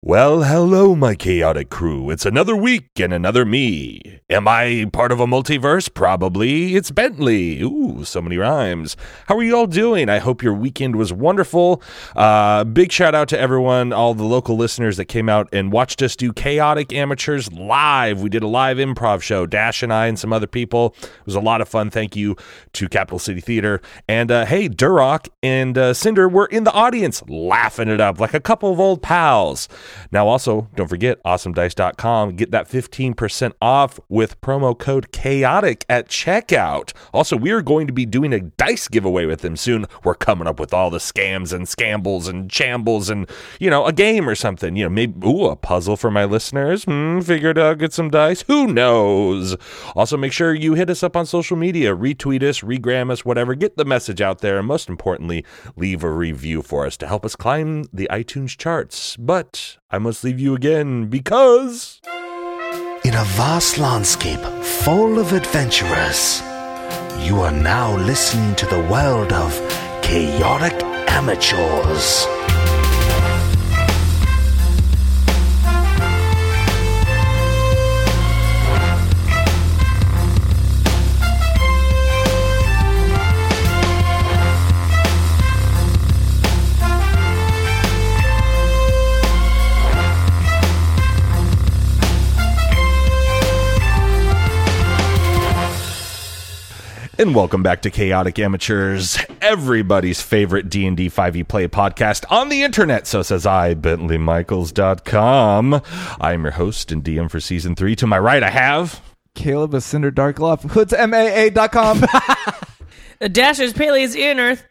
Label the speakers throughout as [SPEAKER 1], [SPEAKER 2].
[SPEAKER 1] Well, hello, my chaotic crew. It's another week and another me. Am I part of a multiverse? Probably. It's Bentley. Ooh, so many rhymes. How are you all doing? I hope your weekend was wonderful. Uh, big shout out to everyone, all the local listeners that came out and watched us do Chaotic Amateurs live. We did a live improv show, Dash and I and some other people. It was a lot of fun. Thank you to Capital City Theater. And uh, hey, Durock and uh, Cinder were in the audience laughing it up like a couple of old pals. Now, also, don't forget awesomedice.com. Get that 15% off with promo code chaotic at checkout. Also, we are going to be doing a dice giveaway with them soon. We're coming up with all the scams and scambles and shambles and, you know, a game or something. You know, maybe, ooh, a puzzle for my listeners. Hmm, figured I'll get some dice. Who knows? Also, make sure you hit us up on social media, retweet us, regram us, whatever. Get the message out there. And most importantly, leave a review for us to help us climb the iTunes charts. But I must leave you again because.
[SPEAKER 2] In a vast landscape full of adventurers, you are now listening to the world of chaotic amateurs.
[SPEAKER 1] And welcome back to Chaotic Amateurs, everybody's favorite D&D 5e E play podcast on the internet, so says I, bentleymichaels.com. I am your host and DM for season 3. To my right I have
[SPEAKER 3] Caleb is Cinder Dark Love. Hoods com.
[SPEAKER 4] The Dasher's Paley is in Earth.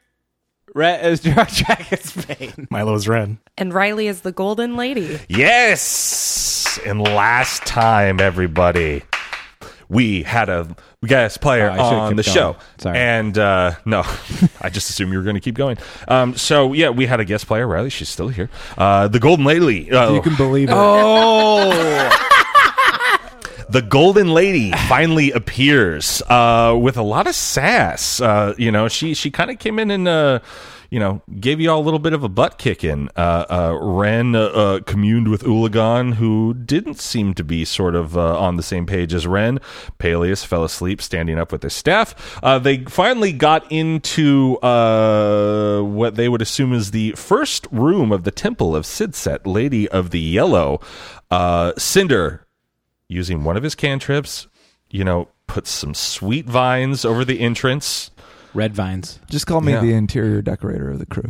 [SPEAKER 5] Red is Dragon's Bane.
[SPEAKER 6] Milo's red.
[SPEAKER 4] And Riley is the Golden Lady.
[SPEAKER 1] Yes! And last time, everybody, we had a guest player
[SPEAKER 5] Oh, I should've
[SPEAKER 1] on
[SPEAKER 5] kept
[SPEAKER 1] the
[SPEAKER 5] going.
[SPEAKER 1] show.
[SPEAKER 5] Sorry.
[SPEAKER 1] And uh, no, I just assumed you were going to keep going. Um, so, yeah, we had a guest player, Riley. She's still here. Uh, the Golden Lady. Uh,
[SPEAKER 3] You can believe it.
[SPEAKER 5] Oh,
[SPEAKER 1] the Golden Lady finally appears uh, with a lot of sass. Uh, you know, she she kind of came in and uh, you know gave you all a little bit of a butt kicking. Uh, uh, Ren uh, uh, communed with Ulagan, who didn't seem to be sort of uh, on the same page as Ren. Peleus fell asleep, standing up with his staff. Uh, they finally got into uh, what they would assume is the first room of the temple of Sidset, Lady of the Yellow. Uh, Cinder using one of his cantrips, you know, puts some sweet vines over the entrance.
[SPEAKER 5] red vines.
[SPEAKER 3] Just call me
[SPEAKER 1] Yeah.
[SPEAKER 3] the interior decorator of the crew.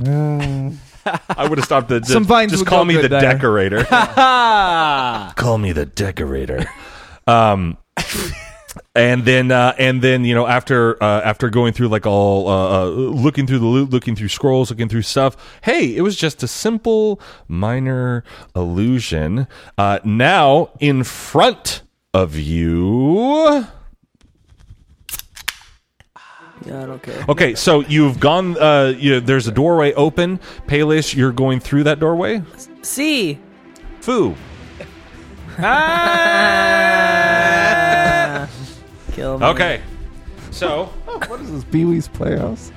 [SPEAKER 1] I would have stopped the
[SPEAKER 3] Some vines
[SPEAKER 1] Just
[SPEAKER 3] would
[SPEAKER 1] call
[SPEAKER 3] go
[SPEAKER 1] me
[SPEAKER 3] good
[SPEAKER 1] the
[SPEAKER 3] there.
[SPEAKER 1] decorator.
[SPEAKER 5] Ah,
[SPEAKER 1] call me the decorator. um, and then uh, and then you know after uh, after going through like all uh, uh, looking through the loot, looking through scrolls, looking through stuff. Hey, it was just a simple minor illusion. Uh, now in front of you.
[SPEAKER 4] I don't care.
[SPEAKER 1] Okay, so you've gone. Uh, you, there's a doorway open. Payless, you're going through that doorway.
[SPEAKER 4] See,
[SPEAKER 1] Foo.
[SPEAKER 4] kill me.
[SPEAKER 1] Okay. So
[SPEAKER 3] What is this Pee Wee's Playhouse?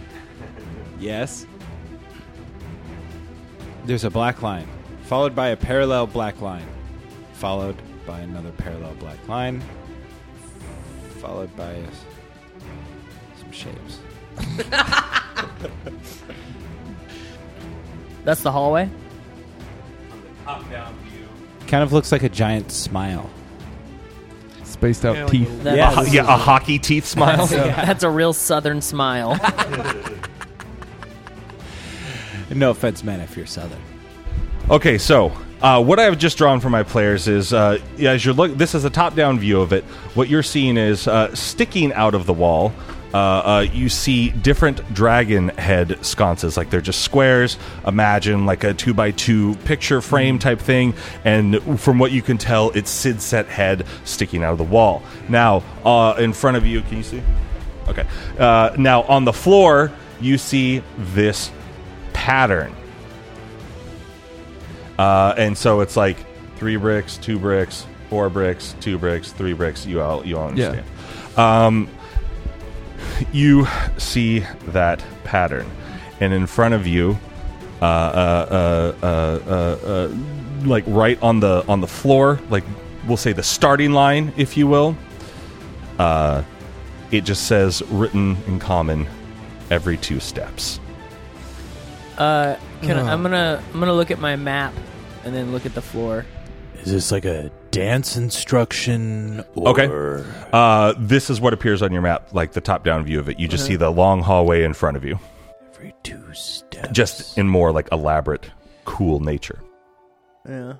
[SPEAKER 5] yes. There's a black line, followed by a parallel black line, followed by another parallel black line, followed by a, some shapes.
[SPEAKER 4] That's the hallway.
[SPEAKER 5] Kind of looks like a giant smile.
[SPEAKER 3] Spaced out teeth.
[SPEAKER 4] That-
[SPEAKER 5] Yeah.
[SPEAKER 1] ho- yeah, a hockey teeth smile.
[SPEAKER 4] That's a real southern smile.
[SPEAKER 5] No offense, man, if you're southern.
[SPEAKER 1] Okay, so uh, what I have just drawn for my players is uh, as you're look. This is a top-down view of it. What you're seeing is uh, sticking out of the wall. Uh, uh, you see different dragon head sconces, like they're just squares. Imagine like a two by two picture frame type thing, and from what you can tell, it's Sid set head sticking out of the wall. Now, uh, in front of you, can you see? Okay. Uh, now on the floor, you see this pattern. Uh, and so it's like three bricks, two bricks, four bricks, two bricks, three bricks. You all you all understand. Um, you see that pattern, and in front of you, uh, uh, uh, uh, uh, uh, like right on the on the floor, like we'll say the starting line, if you will. Uh, it just says written in common every two steps.
[SPEAKER 4] Uh, can I, I'm gonna I'm gonna look at my map and then look at the floor.
[SPEAKER 5] Is this like a dance instruction? Or
[SPEAKER 1] Okay. Uh, this is what appears on your map, like the top down view of it. You just see the long hallway in front of you,
[SPEAKER 5] Uh-huh. Every two steps.
[SPEAKER 1] just in more like elaborate, cool nature.
[SPEAKER 4] Yeah.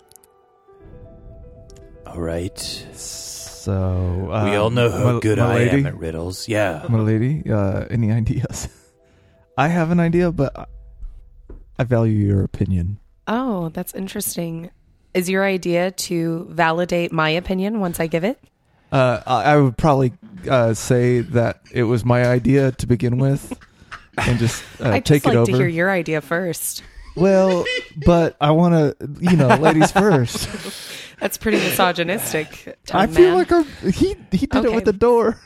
[SPEAKER 5] all right.
[SPEAKER 3] So
[SPEAKER 5] we all know how
[SPEAKER 3] my-
[SPEAKER 5] good
[SPEAKER 3] my
[SPEAKER 5] I
[SPEAKER 3] lady,
[SPEAKER 5] am at riddles. Yeah.
[SPEAKER 3] My lady, uh, any ideas? I have an idea, but I- I value your opinion.
[SPEAKER 7] Oh, that's interesting. Is your idea to validate my opinion once I give it?
[SPEAKER 3] Uh, I, I would probably uh, say that it was my idea to begin with, and just uh,
[SPEAKER 7] I'd
[SPEAKER 3] take
[SPEAKER 7] just like
[SPEAKER 3] it over.
[SPEAKER 7] to hear your idea first.
[SPEAKER 3] Well, but I want to, you know, ladies first.
[SPEAKER 7] That's pretty misogynistic.
[SPEAKER 3] I
[SPEAKER 7] Tom
[SPEAKER 3] feel
[SPEAKER 7] man.
[SPEAKER 3] like I'm, he he did it
[SPEAKER 7] Okay.
[SPEAKER 3] with the door.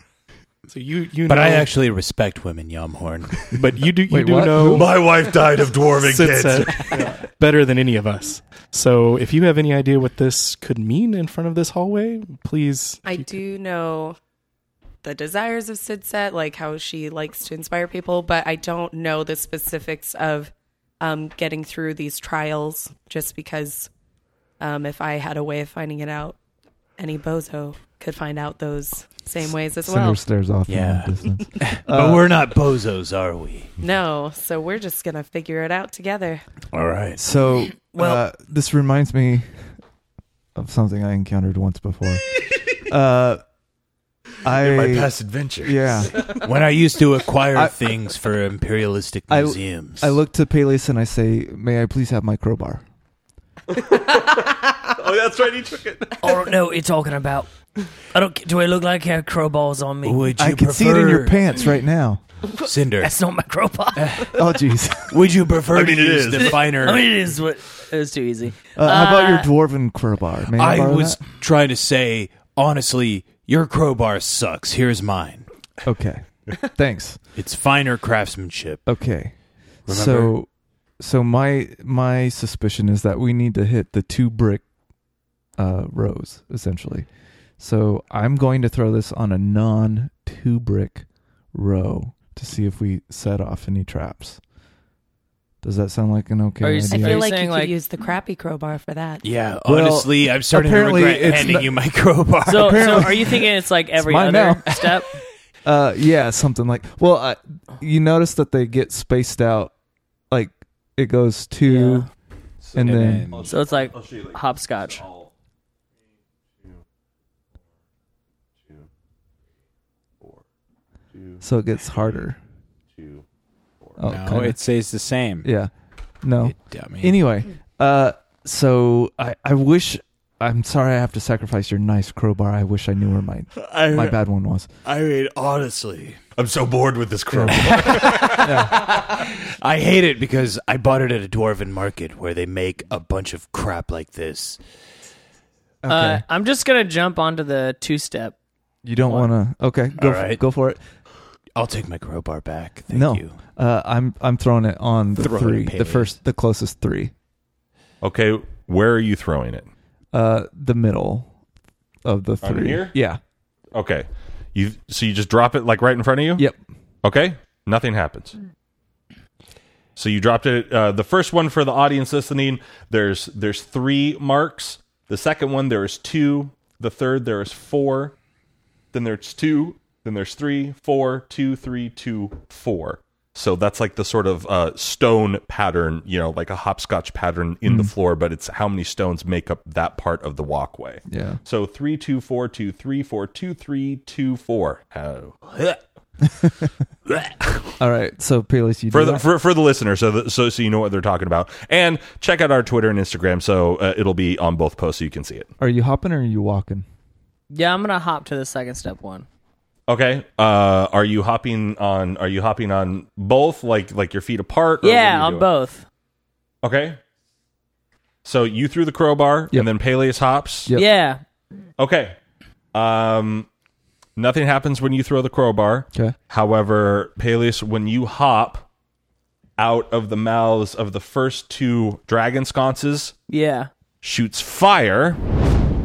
[SPEAKER 8] So you you
[SPEAKER 5] But
[SPEAKER 8] know,
[SPEAKER 5] I actually respect women, Yomhorn.
[SPEAKER 8] but you do you
[SPEAKER 3] Wait,
[SPEAKER 8] do
[SPEAKER 3] what?
[SPEAKER 8] know
[SPEAKER 1] My wife died of dwarven
[SPEAKER 9] Sid said better than any of us. So if you have any idea what this could mean in front of this hallway, please.
[SPEAKER 7] I do know the desires of Sid Set, like how she likes to inspire people, but I don't know the specifics of um, getting through these trials just because um, if I had a way of finding it out, any bozo could find out those same ways as well.
[SPEAKER 3] Cinder stares off
[SPEAKER 5] Yeah.
[SPEAKER 3] in the distance. Uh,
[SPEAKER 5] but we're not bozos, are we?
[SPEAKER 7] No, so we're just going to figure it out together.
[SPEAKER 5] All right.
[SPEAKER 3] So, well, uh, this reminds me of something I encountered once before. uh, I
[SPEAKER 1] adventure.
[SPEAKER 3] yeah.
[SPEAKER 5] When I used to acquire
[SPEAKER 3] I-
[SPEAKER 5] things for imperialistic
[SPEAKER 3] I-
[SPEAKER 5] museums,
[SPEAKER 3] I look to Peleus and I say, "May I please have my crowbar?"
[SPEAKER 1] Oh, that's right. He took it.
[SPEAKER 4] I don't know Oh, what you're talking about. I don't. Do I look like I have crowbars on me?
[SPEAKER 5] Would you
[SPEAKER 3] I can see it in your
[SPEAKER 5] prefer-
[SPEAKER 3] pants right now.
[SPEAKER 5] Cinder.
[SPEAKER 4] That's not my crowbar. I
[SPEAKER 3] Oh, jeez.
[SPEAKER 5] Would you prefer
[SPEAKER 1] mean,
[SPEAKER 5] to
[SPEAKER 1] it
[SPEAKER 5] use
[SPEAKER 1] is.
[SPEAKER 5] the finer?
[SPEAKER 4] mean, it is what. It was too easy.
[SPEAKER 3] Uh, how about your
[SPEAKER 4] Uh,
[SPEAKER 3] dwarven crowbar? May I,
[SPEAKER 5] I
[SPEAKER 3] borrow
[SPEAKER 5] was trying to say, honestly, your crowbar sucks. Here's mine.
[SPEAKER 3] that? okay. Thanks.
[SPEAKER 5] It's finer craftsmanship.
[SPEAKER 3] Okay. Uh, So, so my my suspicion is that we need to hit the two brick uh, rows essentially. So I'm going to throw this on a non two brick row to see if we set off any traps. Does that sound like an okay
[SPEAKER 4] Are you
[SPEAKER 7] I
[SPEAKER 3] idea?
[SPEAKER 4] Are you
[SPEAKER 7] feel like you
[SPEAKER 4] saying,
[SPEAKER 7] could
[SPEAKER 4] like-
[SPEAKER 7] use the crappy crowbar for that.
[SPEAKER 5] Yeah,
[SPEAKER 3] Well,
[SPEAKER 5] honestly, I'm starting to
[SPEAKER 3] apparently
[SPEAKER 5] regret
[SPEAKER 3] it's
[SPEAKER 5] handing
[SPEAKER 3] not-
[SPEAKER 5] you my crowbar.
[SPEAKER 4] So, so
[SPEAKER 3] Apparently-
[SPEAKER 4] are you thinking it's like every
[SPEAKER 3] mine
[SPEAKER 4] other step?
[SPEAKER 3] Uh, yeah, something like. Well, I, you notice that they get spaced out, like it goes two, and, then, Oh,
[SPEAKER 4] So it's like hopscotch. Uh,
[SPEAKER 3] so it gets harder. Oh,
[SPEAKER 8] no,
[SPEAKER 3] kinda.
[SPEAKER 8] it stays the same.
[SPEAKER 3] yeah, no.
[SPEAKER 5] You dummy.
[SPEAKER 3] Anyway, uh, so I I wish. I'm sorry I have to sacrifice your nice crowbar. I wish I knew where my my bad one was.
[SPEAKER 5] I mean, honestly,
[SPEAKER 1] I'm so bored with this crew.
[SPEAKER 5] I hate it because I bought it at a dwarven market where they make a bunch of crap like this.
[SPEAKER 3] Okay,
[SPEAKER 4] Uh, I'm just gonna jump onto the two step.
[SPEAKER 3] you don't want to. Okay, go
[SPEAKER 5] All
[SPEAKER 3] for,
[SPEAKER 5] right.
[SPEAKER 3] go for it.
[SPEAKER 5] I'll take my crowbar back. Thank
[SPEAKER 3] no,
[SPEAKER 5] you.
[SPEAKER 3] Uh, I'm I'm throwing it on the
[SPEAKER 5] Throw it,
[SPEAKER 3] three, the
[SPEAKER 5] Peleus.
[SPEAKER 3] first, the closest three,
[SPEAKER 1] Okay, where are you throwing it?
[SPEAKER 3] uh, the middle of the
[SPEAKER 1] Under
[SPEAKER 3] three.
[SPEAKER 1] here?
[SPEAKER 3] Yeah.
[SPEAKER 1] Okay, you. So you just drop it like right in front of you.
[SPEAKER 3] Yep.
[SPEAKER 1] Okay, nothing happens. So you dropped it. Uh, the first one for the audience listening. There's there's three marks. The second one there is two. The third there is four. Then there's two. Then there's three, four, two, three, two, four. So that's like the sort of uh, stone pattern, you know, like a hopscotch pattern in the floor, but it's how many stones make up that part of the walkway.
[SPEAKER 3] Yeah.
[SPEAKER 1] So three, two, four, two, three, four, two, three, two, four. Oh.
[SPEAKER 3] All right. So Peleus, you
[SPEAKER 1] for
[SPEAKER 3] do
[SPEAKER 1] the
[SPEAKER 3] that?
[SPEAKER 1] for, for the listener, so the, so so you know what they're talking about, and check out our Twitter and Instagram. So uh, it'll be on both posts, so you can see it.
[SPEAKER 3] are you hopping or are you walking?
[SPEAKER 4] Yeah, I'm gonna hop to the second step one.
[SPEAKER 1] Okay, uh, are you hopping on? Are you hopping on both, like like your feet apart? or what are
[SPEAKER 4] yeah,
[SPEAKER 1] you
[SPEAKER 4] on
[SPEAKER 1] doing?
[SPEAKER 4] both.
[SPEAKER 1] Okay. So you threw the crowbar,
[SPEAKER 3] Yep.
[SPEAKER 1] and then Peleus hops.
[SPEAKER 3] Yep.
[SPEAKER 4] Yeah.
[SPEAKER 1] Okay. Um, nothing happens when you throw the crowbar.
[SPEAKER 3] Okay.
[SPEAKER 1] However, Peleus, when you hop out of the mouths of the first two dragon sconces,
[SPEAKER 4] Yeah.
[SPEAKER 1] shoots fire,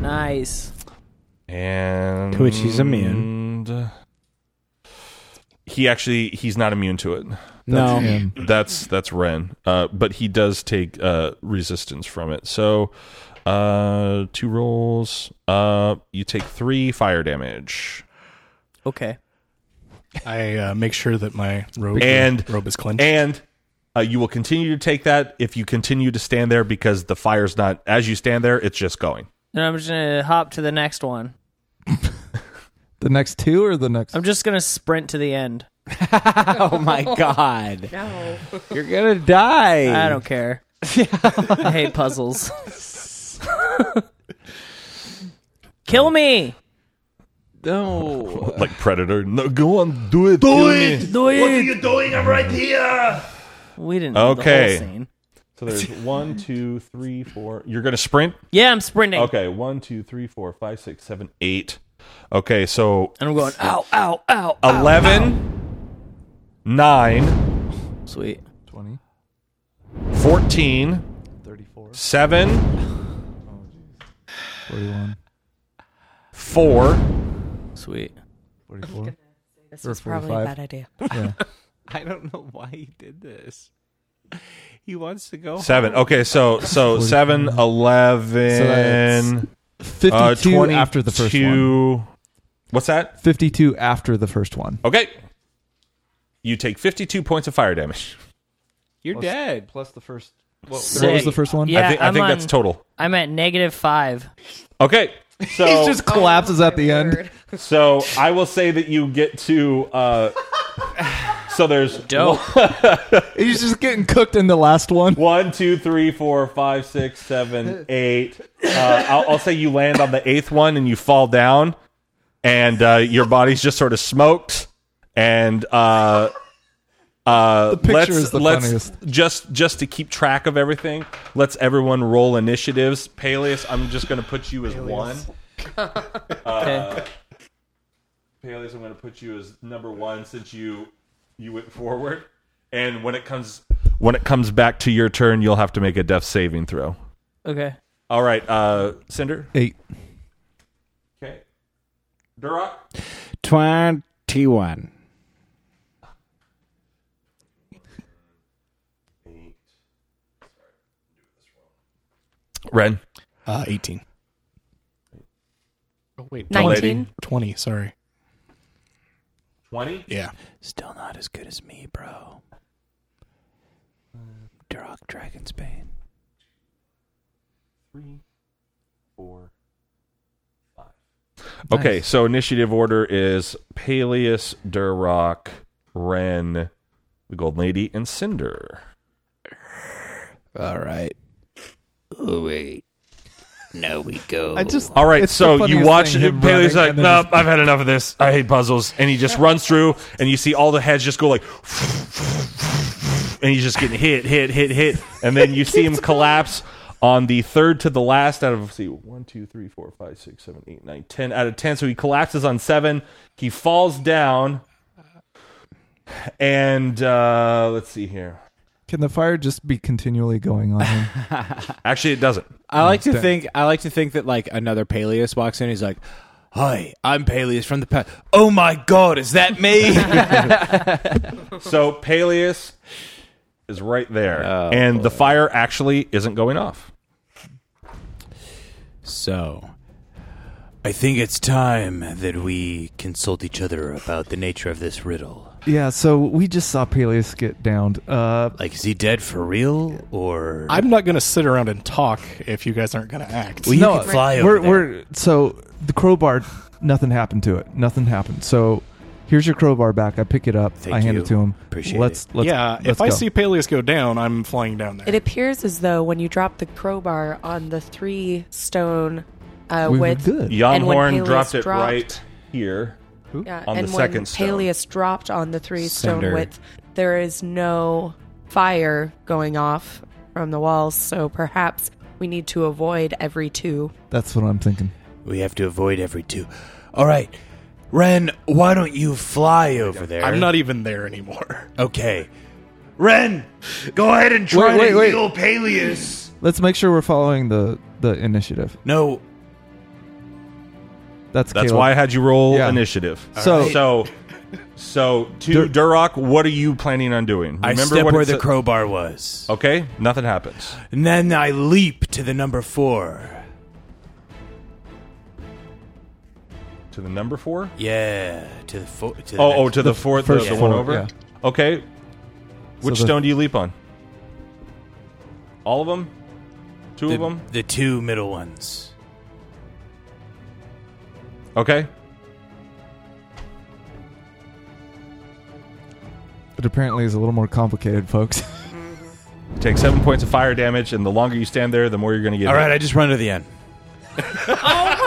[SPEAKER 4] Nice.
[SPEAKER 1] and
[SPEAKER 10] To which he's immune.
[SPEAKER 1] He actually he's not immune to it.
[SPEAKER 10] No.
[SPEAKER 3] Damn.
[SPEAKER 1] That's that's Ren, uh, but he does take uh, resistance from it. So uh, two rolls. Uh, you take three fire damage,
[SPEAKER 4] Okay.
[SPEAKER 9] I uh, make sure that my robe
[SPEAKER 1] And-
[SPEAKER 9] robe is clenched.
[SPEAKER 1] and uh, you will continue to take that if you continue to stand there because the fire's not as you stand there. It's just going.
[SPEAKER 4] Then I'm just gonna hop to the next one.
[SPEAKER 3] The next two or the next?
[SPEAKER 4] I'm just gonna sprint to the end.
[SPEAKER 10] Oh my god.
[SPEAKER 7] No.
[SPEAKER 10] You're gonna die.
[SPEAKER 4] I don't care. I hate puzzles. Kill me.
[SPEAKER 10] No.
[SPEAKER 1] like Predator. No, go on, do it. Do it.
[SPEAKER 4] Do it. What are you doing? I'm right here. We didn't. need
[SPEAKER 1] Okay.
[SPEAKER 4] The whole scene.
[SPEAKER 1] So there's one, two, three, four. You're gonna sprint.
[SPEAKER 4] Yeah, I'm sprinting.
[SPEAKER 1] Okay, one, two, three, four, five, six, seven, eight. Okay, so
[SPEAKER 4] And I'm going. Ow! Ow! Ow! ow.
[SPEAKER 1] eleven, nine,
[SPEAKER 4] Sweet.
[SPEAKER 3] 20,
[SPEAKER 1] fourteen,
[SPEAKER 3] 34,
[SPEAKER 1] seven,
[SPEAKER 3] 41,
[SPEAKER 1] four.
[SPEAKER 4] Sweet.
[SPEAKER 3] 44.
[SPEAKER 7] This
[SPEAKER 3] Or
[SPEAKER 7] was probably a
[SPEAKER 3] 45.
[SPEAKER 7] bad idea.
[SPEAKER 3] Yeah.
[SPEAKER 10] I don't know why he did this. He wants to go.
[SPEAKER 1] Seven. Okay, so so
[SPEAKER 3] Forty-four.
[SPEAKER 1] seven, eleven,
[SPEAKER 3] 52
[SPEAKER 1] uh, twenty
[SPEAKER 3] after the first one.
[SPEAKER 1] two. What's that?
[SPEAKER 3] 52 after the first one.
[SPEAKER 1] Okay. You take fifty-two points of fire damage.
[SPEAKER 10] You're dead.
[SPEAKER 3] Plus the first.
[SPEAKER 4] Sick.
[SPEAKER 3] was the first one?
[SPEAKER 4] Yeah,
[SPEAKER 1] I think, I
[SPEAKER 4] am
[SPEAKER 1] think that's total.
[SPEAKER 4] I'm at negative five.
[SPEAKER 1] Okay, so
[SPEAKER 3] It just collapses at the end.
[SPEAKER 1] So I will say that you get to. Uh, so there's
[SPEAKER 4] Dope.
[SPEAKER 3] He's just getting cooked in the last one.
[SPEAKER 1] one, two, three, four, five, six, seven, eight. Uh, I'll, I'll say you land on the eighth one and you fall down, and uh, your body's just sort of smoked. And uh, uh, the
[SPEAKER 3] picture
[SPEAKER 1] let's,
[SPEAKER 3] is the
[SPEAKER 1] let's
[SPEAKER 3] funniest.
[SPEAKER 1] just just to keep track of everything. Let's everyone roll initiatives. Peleus, I'm just going to put you as one. Uh.
[SPEAKER 4] Okay.
[SPEAKER 1] Paleys, I'm going to put you as number one since you you went forward. And when it comes when it comes back to your turn, you'll have to make a death saving throw.
[SPEAKER 4] Okay.
[SPEAKER 1] All right, uh, Cinder.
[SPEAKER 3] Eight.
[SPEAKER 1] Okay. Duroc.
[SPEAKER 10] Twenty-one.
[SPEAKER 1] Ren.
[SPEAKER 9] uh, 18. Oh, wait.
[SPEAKER 7] 19.
[SPEAKER 9] 20, sorry.
[SPEAKER 1] Twenty.
[SPEAKER 9] Yeah.
[SPEAKER 5] Still not as good as me, bro. Duroc Dragonsbane.
[SPEAKER 1] Three. Four. Five. Okay, so initiative order is Peleus, Duroc, Ren, the Gold Lady, and Cinder.
[SPEAKER 5] All right. Oh, wait. No, we go.
[SPEAKER 3] I just.
[SPEAKER 1] All right,
[SPEAKER 3] it's the
[SPEAKER 1] so you
[SPEAKER 3] funniest
[SPEAKER 1] watch
[SPEAKER 3] thing, him
[SPEAKER 1] Paley's
[SPEAKER 3] running
[SPEAKER 1] like,
[SPEAKER 3] and then
[SPEAKER 1] nope,
[SPEAKER 3] just-
[SPEAKER 1] I've had enough of this. I hate puzzles, and he just runs through, and you see all the heads just go like, and he's just getting hit, hit, hit, hit, and then you see him collapse on the third to the last out of let's see one, two, three, four, five, six, seven, eight, nine, ten out of ten. So he collapses on seven. He falls down, and uh, let's see here.
[SPEAKER 3] Can the fire just be continually going on him?
[SPEAKER 1] Actually, it doesn't.
[SPEAKER 10] I like
[SPEAKER 9] Uh,
[SPEAKER 10] to think. I like to think that like another Peleus walks in. He's like,
[SPEAKER 5] Hi, I'm Peleus from the past. Oh my god, is that me?
[SPEAKER 1] So Peleus is right there,
[SPEAKER 3] Oh,
[SPEAKER 1] and the fire actually isn't going off.
[SPEAKER 10] so
[SPEAKER 5] I think it's time that we consult each other about the nature of this riddle.
[SPEAKER 3] yeah, so we just saw Peleus get downed. Uh,
[SPEAKER 5] Like, is he dead for real, or
[SPEAKER 9] I'm not going to sit around and talk if you guys aren't going to act.
[SPEAKER 5] Well, you
[SPEAKER 3] No,
[SPEAKER 5] can fly
[SPEAKER 3] we're,
[SPEAKER 5] over there.
[SPEAKER 3] we're so the crowbar nothing happened to it nothing happened so here's your crowbar back i pick it up
[SPEAKER 5] Thank
[SPEAKER 3] i hand
[SPEAKER 5] you.
[SPEAKER 3] it to him
[SPEAKER 5] Appreciate
[SPEAKER 3] let's let's
[SPEAKER 9] yeah,
[SPEAKER 3] let's
[SPEAKER 9] if I
[SPEAKER 3] go.
[SPEAKER 9] see Peleus go down, I'm flying down there.
[SPEAKER 7] It appears as though when you drop the crowbar on the three stone uh,
[SPEAKER 3] we were
[SPEAKER 7] with
[SPEAKER 3] good
[SPEAKER 7] And
[SPEAKER 1] Yonhorn
[SPEAKER 7] when Peleus
[SPEAKER 1] dropped it
[SPEAKER 7] dropped-
[SPEAKER 1] right here.
[SPEAKER 7] yeah,
[SPEAKER 1] on the
[SPEAKER 7] and
[SPEAKER 1] second
[SPEAKER 7] when
[SPEAKER 1] stone.
[SPEAKER 7] Peleus dropped on the three
[SPEAKER 10] Cinder.
[SPEAKER 7] stone width, there is no fire going off from the walls, so perhaps we need to avoid every two.
[SPEAKER 3] that's what i'm thinking
[SPEAKER 5] we have to avoid every two? All right, Ren, why don't you fly over there?
[SPEAKER 9] I'm not even there anymore.
[SPEAKER 5] okay. Ren, go ahead and try
[SPEAKER 3] Wait, wait,
[SPEAKER 5] to
[SPEAKER 3] wait.
[SPEAKER 5] heal Peleus.
[SPEAKER 3] let's make sure we're following the the initiative.
[SPEAKER 11] No.
[SPEAKER 3] That's
[SPEAKER 1] That's
[SPEAKER 3] Caleb.
[SPEAKER 1] why I had you roll
[SPEAKER 3] Yeah.
[SPEAKER 1] initiative.
[SPEAKER 3] So-
[SPEAKER 1] so, so to Duroc, what are you planning on doing? Remember
[SPEAKER 11] I step
[SPEAKER 1] what
[SPEAKER 11] where
[SPEAKER 1] it
[SPEAKER 11] the
[SPEAKER 1] sa-
[SPEAKER 11] crowbar was.
[SPEAKER 5] Oh.
[SPEAKER 1] Okay, nothing happens.
[SPEAKER 11] And then I leap to the number four.
[SPEAKER 1] To the number four.
[SPEAKER 11] Yeah, to the four. To the
[SPEAKER 1] Oh,
[SPEAKER 11] next-
[SPEAKER 1] oh, to the fourth, the,
[SPEAKER 3] first
[SPEAKER 1] the one
[SPEAKER 3] four,
[SPEAKER 1] over.
[SPEAKER 3] yeah.
[SPEAKER 1] Okay. Which
[SPEAKER 3] the-
[SPEAKER 1] stone do you leap on? All of them? Two
[SPEAKER 11] the,
[SPEAKER 1] of them?
[SPEAKER 11] the two middle ones.
[SPEAKER 1] Okay.
[SPEAKER 3] It apparently is a little more complicated, folks.
[SPEAKER 1] Take seven points of fire damage, and the longer you stand there, the more you're going to get.
[SPEAKER 11] All right,
[SPEAKER 1] hit.
[SPEAKER 11] I just run to the end.
[SPEAKER 3] I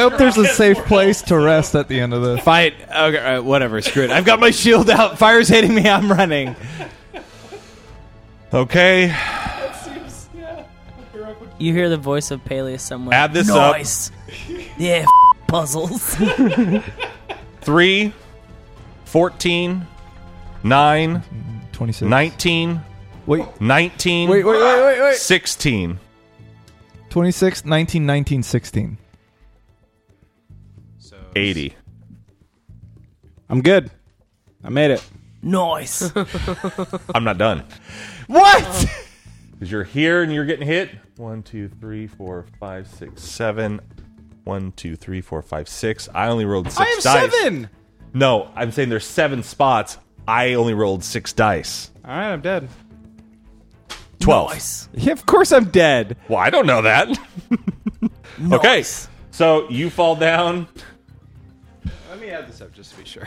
[SPEAKER 3] hope there's a safe place to rest at the end of this.
[SPEAKER 5] Fight. Okay, all right, whatever. Screw it. I've got my shield out. Fire's hitting me. I'm running.
[SPEAKER 1] Okay.
[SPEAKER 4] You hear the voice of Peleus somewhere.
[SPEAKER 1] Add this up.
[SPEAKER 4] nice. Yeah, f- puzzles.
[SPEAKER 1] 3, 14, 9,
[SPEAKER 3] 26.
[SPEAKER 1] 19,
[SPEAKER 3] Wait,
[SPEAKER 1] 19,
[SPEAKER 3] wait, wait, wait, wait, wait.
[SPEAKER 1] 16.
[SPEAKER 3] 26, 19, 19, 16.
[SPEAKER 1] 80.
[SPEAKER 5] I'm good. I made it.
[SPEAKER 4] nice.
[SPEAKER 1] I'm not done.
[SPEAKER 5] What?
[SPEAKER 1] Because you're here and you're getting hit. One, two, three, four, five, six, seven. One, two, three, four, five, six. I only rolled six
[SPEAKER 5] I am
[SPEAKER 1] dice.
[SPEAKER 5] seven.
[SPEAKER 1] No, I'm saying there's seven spots. I only rolled six dice.
[SPEAKER 5] All right, I'm dead.
[SPEAKER 1] Twelve.
[SPEAKER 4] Nice.
[SPEAKER 5] Yeah, of course I'm dead.
[SPEAKER 1] Well, I don't know that. okay. So you fall down.
[SPEAKER 5] Let me add this up just to be sure.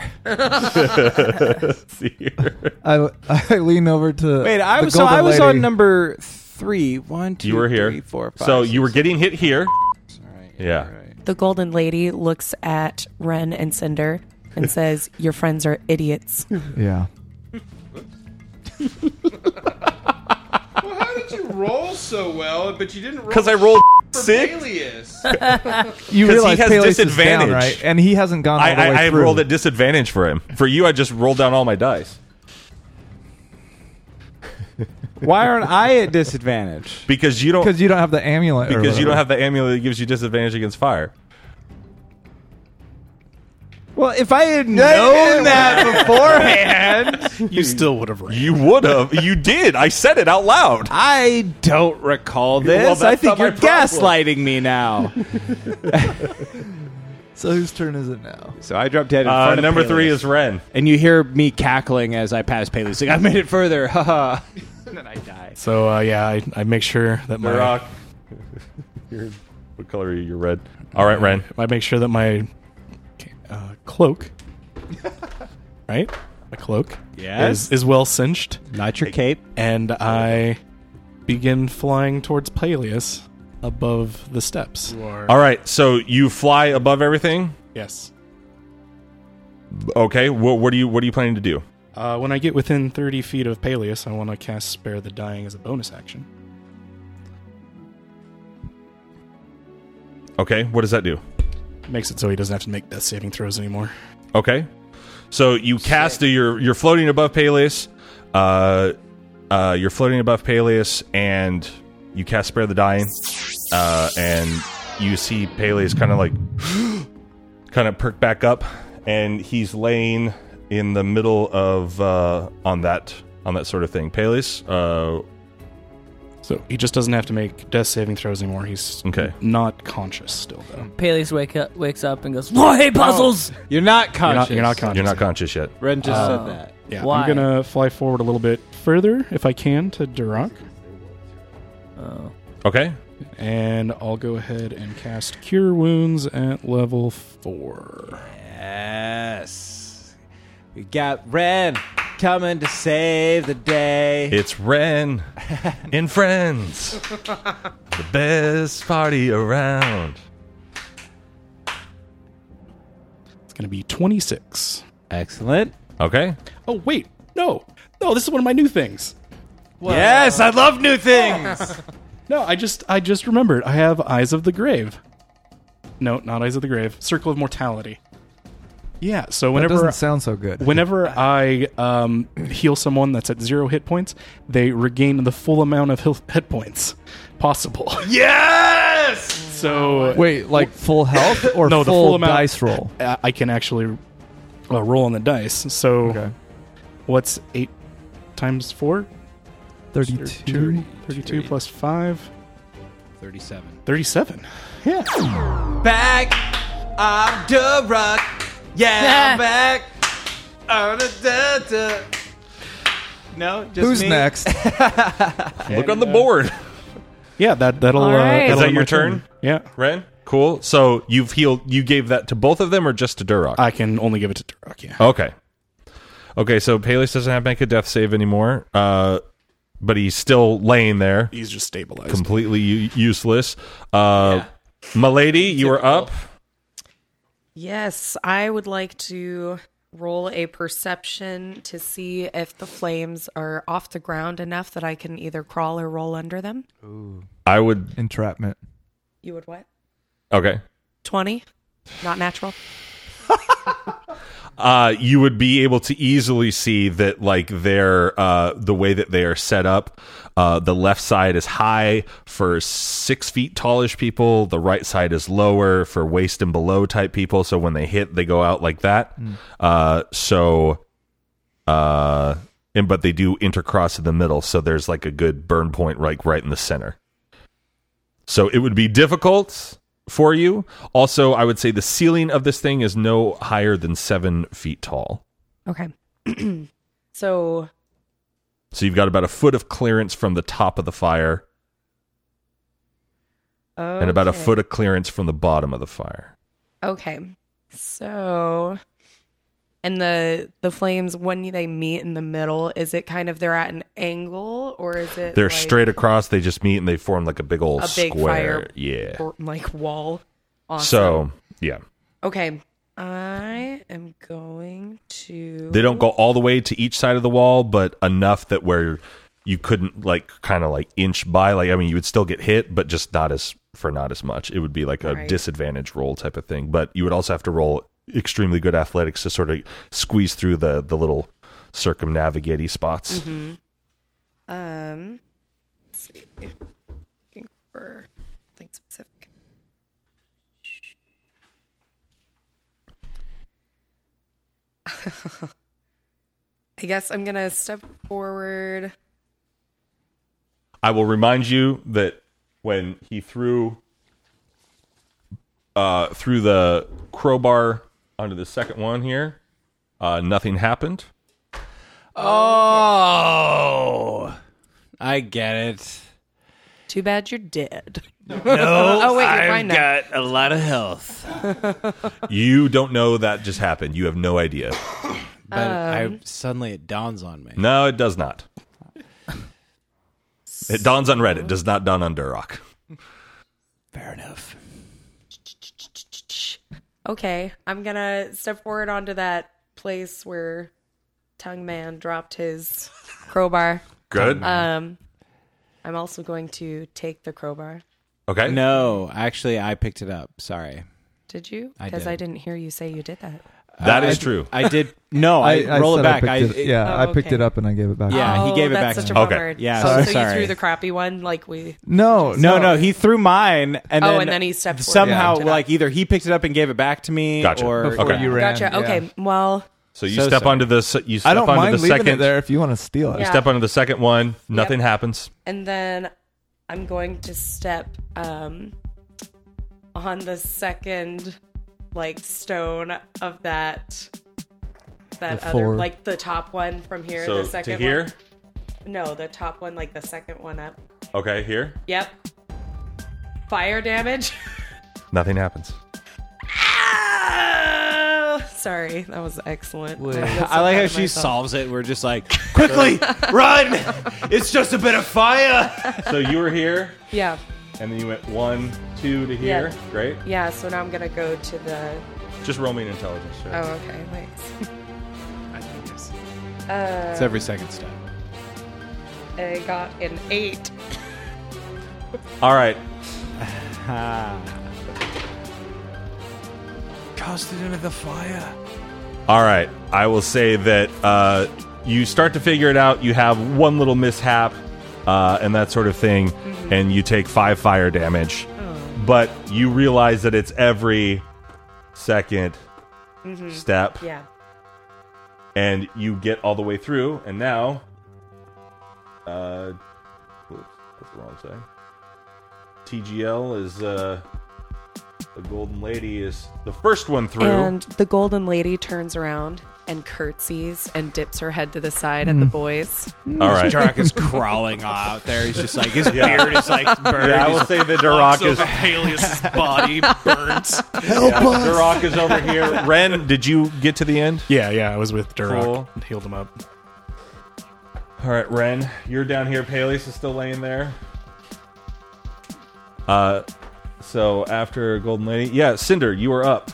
[SPEAKER 1] See here.
[SPEAKER 3] I, I lean over to.
[SPEAKER 5] Wait, I
[SPEAKER 3] the
[SPEAKER 5] was so
[SPEAKER 3] golden
[SPEAKER 5] I was
[SPEAKER 3] lady.
[SPEAKER 5] on number three. One, two,
[SPEAKER 1] You were here.
[SPEAKER 5] three, four, five,
[SPEAKER 1] so you were
[SPEAKER 5] six,
[SPEAKER 1] getting hit here.
[SPEAKER 5] seven, all right,
[SPEAKER 1] Yeah.
[SPEAKER 5] all right.
[SPEAKER 7] The golden lady looks at Ren and Cinder and says, Your friends are idiots.
[SPEAKER 3] Yeah.
[SPEAKER 5] How did you roll so well, but you didn't roll?
[SPEAKER 1] Because I rolled six.
[SPEAKER 3] You
[SPEAKER 1] 'Cause he
[SPEAKER 3] realize
[SPEAKER 1] has
[SPEAKER 3] Peleus is
[SPEAKER 1] disadvantage.
[SPEAKER 3] down, right? And he hasn't gone all
[SPEAKER 1] I,
[SPEAKER 3] the way
[SPEAKER 1] I, I
[SPEAKER 3] through.
[SPEAKER 1] rolled at disadvantage for him. For you, I just rolled down all my dice.
[SPEAKER 5] Why aren't I at disadvantage?
[SPEAKER 1] Because you don't.
[SPEAKER 3] because you don't have the amulet. or
[SPEAKER 1] Because you
[SPEAKER 3] whatever.
[SPEAKER 1] don't have the amulet that gives you disadvantage against fire.
[SPEAKER 5] Well, if I had known that beforehand,
[SPEAKER 9] You still would have ran.
[SPEAKER 1] You would have. you did. I said it out loud.
[SPEAKER 5] I don't recall
[SPEAKER 1] Well,
[SPEAKER 5] this.
[SPEAKER 1] that's
[SPEAKER 5] I
[SPEAKER 1] not
[SPEAKER 5] think
[SPEAKER 1] my
[SPEAKER 5] you're gaslighting me now.
[SPEAKER 3] So whose turn is it now?
[SPEAKER 5] so I dropped dead in
[SPEAKER 1] Uh,
[SPEAKER 5] front of
[SPEAKER 1] number three
[SPEAKER 5] Peleus.
[SPEAKER 1] is Ren.
[SPEAKER 5] and you hear me cackling as I pass Peleus. Like I made it further, haha. and then I die.
[SPEAKER 9] So uh, yeah, I, I make sure that my
[SPEAKER 1] Rock. You're- what color are you? You're red. All right, Ren.
[SPEAKER 9] I make sure that my uh, cloak, right, my cloak,
[SPEAKER 5] Yes.
[SPEAKER 9] is, is well cinched,
[SPEAKER 5] Not your cape.
[SPEAKER 9] and I begin flying towards Peleus above the steps.
[SPEAKER 1] All right, so you fly above everything.
[SPEAKER 9] Yes.
[SPEAKER 1] Okay, what, what are you what are you planning to do?
[SPEAKER 9] Uh, when I get within 30 feet of Peleus, I want to cast Spare the Dying as a bonus action.
[SPEAKER 1] Okay, what does that do?
[SPEAKER 9] Makes it so he doesn't have to make death saving throws anymore.
[SPEAKER 1] Okay, so you cast you're you're floating above Peleus. Uh, uh, you're floating above Peleus, and you cast Spare the Dying, uh, and you see Peleus kind of like kind of perk back up, and he's laying in the middle of uh, on that on that sort of thing. Peleus, uh,
[SPEAKER 9] So he just doesn't have to make death saving throws anymore. He's
[SPEAKER 1] Okay.
[SPEAKER 9] not conscious still, though.
[SPEAKER 4] Peleus wake up, wakes up and goes, "Why hey, puzzles?"
[SPEAKER 5] You're not
[SPEAKER 9] You're not,
[SPEAKER 5] conscious.
[SPEAKER 9] you're not conscious.
[SPEAKER 1] you're not
[SPEAKER 9] yet.
[SPEAKER 1] conscious yet.
[SPEAKER 5] Ren just said that.
[SPEAKER 9] Yeah,
[SPEAKER 4] Why?
[SPEAKER 9] I'm gonna fly forward a little bit further if I can to Duroc,
[SPEAKER 1] Okay,
[SPEAKER 9] and I'll go ahead and cast Cure Wounds at level four.
[SPEAKER 5] Yes. We got Ren coming to save the day.
[SPEAKER 1] It's Ren and friends. the best party around.
[SPEAKER 9] It's gonna be 26.
[SPEAKER 5] Excellent.
[SPEAKER 1] Okay.
[SPEAKER 9] Oh wait, no, no, this is one of my new things.
[SPEAKER 5] Yes, I love new things.
[SPEAKER 9] No, I just I just remembered. I have Eyes of the Grave. No, not Eyes of the Grave. Circle of Mortality. Yeah. So
[SPEAKER 3] That
[SPEAKER 9] whenever
[SPEAKER 3] doesn't sound so good.
[SPEAKER 9] whenever I um, heal someone that's at zero hit points, they regain the full amount of hil- hit points possible. Yes. So
[SPEAKER 3] Wait, like full health or
[SPEAKER 9] No, the
[SPEAKER 3] full,
[SPEAKER 9] full amount.
[SPEAKER 3] dice roll?
[SPEAKER 9] I I can actually uh, roll on the dice. So what's eight times four?
[SPEAKER 3] 32.
[SPEAKER 9] 32 32 plus five.
[SPEAKER 5] 37.
[SPEAKER 9] 37.
[SPEAKER 5] Back on the rock.
[SPEAKER 7] Uh,
[SPEAKER 5] Yeah, I'm back on the da, da. No, just
[SPEAKER 3] Who's
[SPEAKER 5] me?
[SPEAKER 3] next?
[SPEAKER 1] Look on the board,
[SPEAKER 9] Yeah, that that'll.
[SPEAKER 7] All right.
[SPEAKER 9] Uh,
[SPEAKER 7] Is
[SPEAKER 9] that'll
[SPEAKER 1] that
[SPEAKER 9] end
[SPEAKER 1] your
[SPEAKER 9] my
[SPEAKER 1] turn?
[SPEAKER 9] Yeah,
[SPEAKER 1] Ren. Cool. So you've healed. You gave that to both of them, or just to Durok?
[SPEAKER 9] I can only give it to Turok. Yeah.
[SPEAKER 1] Okay. Okay, so Peleus doesn't have to make a death save anymore, uh, but he's still laying there,
[SPEAKER 9] He's just stabilized.
[SPEAKER 1] completely u- useless. Uh, Milady, you are up.
[SPEAKER 7] Yes, I would like to roll a perception to see if the flames are off the ground enough that I can either crawl or roll under them.
[SPEAKER 1] I would.
[SPEAKER 3] Entrapment.
[SPEAKER 7] You would what?
[SPEAKER 1] Okay.
[SPEAKER 7] 20? Not natural.
[SPEAKER 1] Uh, you would be able to easily see that, like their uh, the way that they are set up, uh, the left side is high for six feet tallish people. The right side is lower for waist and below type people. So when they hit, they go out like that. Uh, so uh and but they do intercross in the middle so there's like a good burn point like right in the center so it would be difficult for you also i would say the ceiling of this thing is no higher than seven feet tall
[SPEAKER 7] Okay. so,
[SPEAKER 1] so you've got about a foot of clearance from the top of the fire and about a
[SPEAKER 7] okay.
[SPEAKER 1] foot of clearance from the bottom of the fire
[SPEAKER 7] Okay. So and the the flames when they meet in the middle, is it kind of they're at an angle or is it
[SPEAKER 1] they're
[SPEAKER 7] like,
[SPEAKER 1] straight across they just meet and they form like a big old
[SPEAKER 7] A big
[SPEAKER 1] square
[SPEAKER 7] fire.
[SPEAKER 1] yeah
[SPEAKER 7] or, like wall? Awesome.
[SPEAKER 1] so yeah
[SPEAKER 7] okay, I am going to.
[SPEAKER 1] They don't go all the way to each side of the wall, but enough that where you couldn't like kind of like inch by. Like I mean, you would still get hit, but just not as for not as much. It would be like a
[SPEAKER 7] Right.
[SPEAKER 1] disadvantage roll type of thing. But you would also have to roll extremely good athletics to sort of squeeze through the the little circumnavigate
[SPEAKER 7] Mm-hmm.
[SPEAKER 1] spots.
[SPEAKER 7] Um, let's see. Looking for something specific. I guess I'm gonna step forward.
[SPEAKER 1] I will remind you that when he threw uh threw the crowbar onto the second one here, uh nothing happened.
[SPEAKER 5] Oh, I get it.
[SPEAKER 7] Too bad you're dead.
[SPEAKER 12] No,
[SPEAKER 7] Oh, wait, you're
[SPEAKER 12] I've
[SPEAKER 7] fine now.
[SPEAKER 12] got a lot of health.
[SPEAKER 1] You don't know that just happened. You have no idea.
[SPEAKER 5] But I suddenly it dawns on me.
[SPEAKER 1] No, it does not. It dawns on Reddit. Does not dawn on Durok.
[SPEAKER 12] Fair enough.
[SPEAKER 7] Okay, I'm gonna step forward onto that place where Tongue Man dropped his crowbar.
[SPEAKER 1] Good.
[SPEAKER 7] Um, I'm also going to take the crowbar.
[SPEAKER 1] okay.
[SPEAKER 5] No, actually, I picked it up. Sorry.
[SPEAKER 7] Did you?
[SPEAKER 5] I
[SPEAKER 7] Because
[SPEAKER 5] did.
[SPEAKER 7] I didn't hear you say you did that.
[SPEAKER 1] That
[SPEAKER 5] Uh,
[SPEAKER 1] is
[SPEAKER 5] I-
[SPEAKER 1] true.
[SPEAKER 5] I did. No, Oh, I,
[SPEAKER 3] I, I
[SPEAKER 5] roll it
[SPEAKER 3] said I
[SPEAKER 5] back.
[SPEAKER 3] picked
[SPEAKER 5] I,
[SPEAKER 3] it- yeah,
[SPEAKER 7] oh,
[SPEAKER 3] I picked
[SPEAKER 7] okay.
[SPEAKER 3] it up and I gave it back.
[SPEAKER 5] Yeah. he gave it
[SPEAKER 7] Oh, that's
[SPEAKER 5] back
[SPEAKER 7] Such
[SPEAKER 5] to
[SPEAKER 7] a
[SPEAKER 5] me.
[SPEAKER 1] Okay.
[SPEAKER 7] bummer.
[SPEAKER 5] Yeah,
[SPEAKER 7] So,
[SPEAKER 5] I'm
[SPEAKER 7] so you
[SPEAKER 5] sorry.
[SPEAKER 7] threw the crappy one, like we.
[SPEAKER 3] No,
[SPEAKER 5] No, no, he threw mine, and
[SPEAKER 7] Oh,
[SPEAKER 5] then
[SPEAKER 7] and then he stepped forward and
[SPEAKER 5] somehow.
[SPEAKER 7] picked it up.
[SPEAKER 5] Like either he picked it up and gave it back to me,
[SPEAKER 1] Gotcha.
[SPEAKER 5] or
[SPEAKER 1] Before Okay.
[SPEAKER 3] you ran.
[SPEAKER 7] Gotcha.
[SPEAKER 3] yeah.
[SPEAKER 7] Okay. Well,
[SPEAKER 1] So you
[SPEAKER 5] So
[SPEAKER 1] step
[SPEAKER 5] sorry.
[SPEAKER 1] onto the se- you step
[SPEAKER 3] I don't
[SPEAKER 1] onto
[SPEAKER 3] mind
[SPEAKER 1] the
[SPEAKER 3] leaving
[SPEAKER 1] second
[SPEAKER 3] it there if you want to steal it.
[SPEAKER 1] You step onto the second one. Nothing
[SPEAKER 7] Yep.
[SPEAKER 1] happens.
[SPEAKER 7] and then I'm going to step um on the second like stone of that that
[SPEAKER 3] The
[SPEAKER 7] other
[SPEAKER 3] forward.
[SPEAKER 7] like the top one from here.
[SPEAKER 1] So
[SPEAKER 7] the second
[SPEAKER 1] to here.
[SPEAKER 7] One. No, the top one, like the second one up.
[SPEAKER 1] Okay, here.
[SPEAKER 7] Yep. Fire damage.
[SPEAKER 1] Nothing happens.
[SPEAKER 7] Ah! Sorry, that was excellent. I'm so
[SPEAKER 5] I like
[SPEAKER 7] proud
[SPEAKER 5] how
[SPEAKER 7] of
[SPEAKER 5] she
[SPEAKER 7] myself.
[SPEAKER 5] solves it. We're just like, quickly, run! It's just a bit of fire.
[SPEAKER 1] so you were here,
[SPEAKER 7] Yeah,
[SPEAKER 1] and then you went one, two to here.
[SPEAKER 7] Yeah.
[SPEAKER 1] Great.
[SPEAKER 7] yeah. So now I'm gonna go to the.
[SPEAKER 1] Just roll me an intelligence
[SPEAKER 7] Oh,
[SPEAKER 1] check.
[SPEAKER 7] okay. Thanks.
[SPEAKER 5] It's every second step.
[SPEAKER 7] I got an eight.
[SPEAKER 1] All right.
[SPEAKER 5] Cast it into the fire.
[SPEAKER 1] All right. I will say that uh, you start to figure it out. You have one little mishap uh, and that sort of thing, and you take five fire damage.
[SPEAKER 7] Oh.
[SPEAKER 1] But you realize that it's every 2nd step,
[SPEAKER 7] Yeah.
[SPEAKER 1] and you get all the way through. And now, uh, whoops, that's the wrong thing. TGL is uh, the Golden Lady is the first one through.
[SPEAKER 7] And the golden lady turns around and curtsies and dips her head to the side at the
[SPEAKER 5] Hmm.
[SPEAKER 7] boys.
[SPEAKER 1] all right.
[SPEAKER 13] Jarak is crawling out there. He's just like his
[SPEAKER 1] Yeah.
[SPEAKER 13] beard is like burned.
[SPEAKER 1] Yeah, I will say that Duroc is
[SPEAKER 9] Alias's body burns.
[SPEAKER 2] Help us!
[SPEAKER 1] Duroc is over here. Ren, did you get to the end?
[SPEAKER 9] Yeah, yeah, I was with Duroc
[SPEAKER 1] Cool.
[SPEAKER 9] and healed him up.
[SPEAKER 1] All right, Ren, you're down here. Peleus is still laying there. Uh, so after Golden Lady, yeah, Cinder, you are up.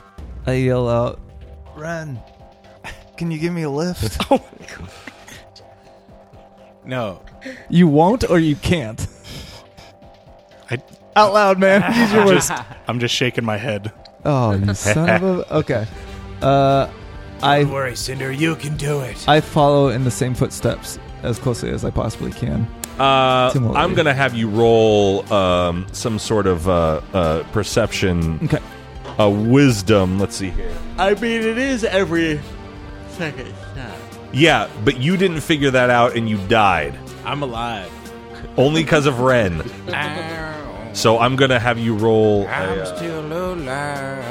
[SPEAKER 3] I yell out, Ren, can you give me a lift?
[SPEAKER 13] No.
[SPEAKER 3] you won't or you can't?
[SPEAKER 9] I,
[SPEAKER 3] Out loud, man. Use your words.
[SPEAKER 9] just, I'm just shaking my head.
[SPEAKER 3] Oh, you son of a. Okay. Uh,
[SPEAKER 5] Don't
[SPEAKER 3] I
[SPEAKER 5] worry, Cinder, you can do it.
[SPEAKER 3] I follow in the same footsteps as closely as I possibly can.
[SPEAKER 1] Uh,
[SPEAKER 3] Similarly.
[SPEAKER 1] I'm gonna have you roll um, some sort of uh, uh, perception,
[SPEAKER 3] Okay.
[SPEAKER 1] uh, wisdom. Let's see here.
[SPEAKER 14] I mean, it is every second step.
[SPEAKER 1] Yeah, but you didn't figure that out, and you died
[SPEAKER 13] I'm alive.
[SPEAKER 1] only because of Ren. so I'm gonna have you roll. a,
[SPEAKER 5] I'm
[SPEAKER 1] uh,
[SPEAKER 5] still alive.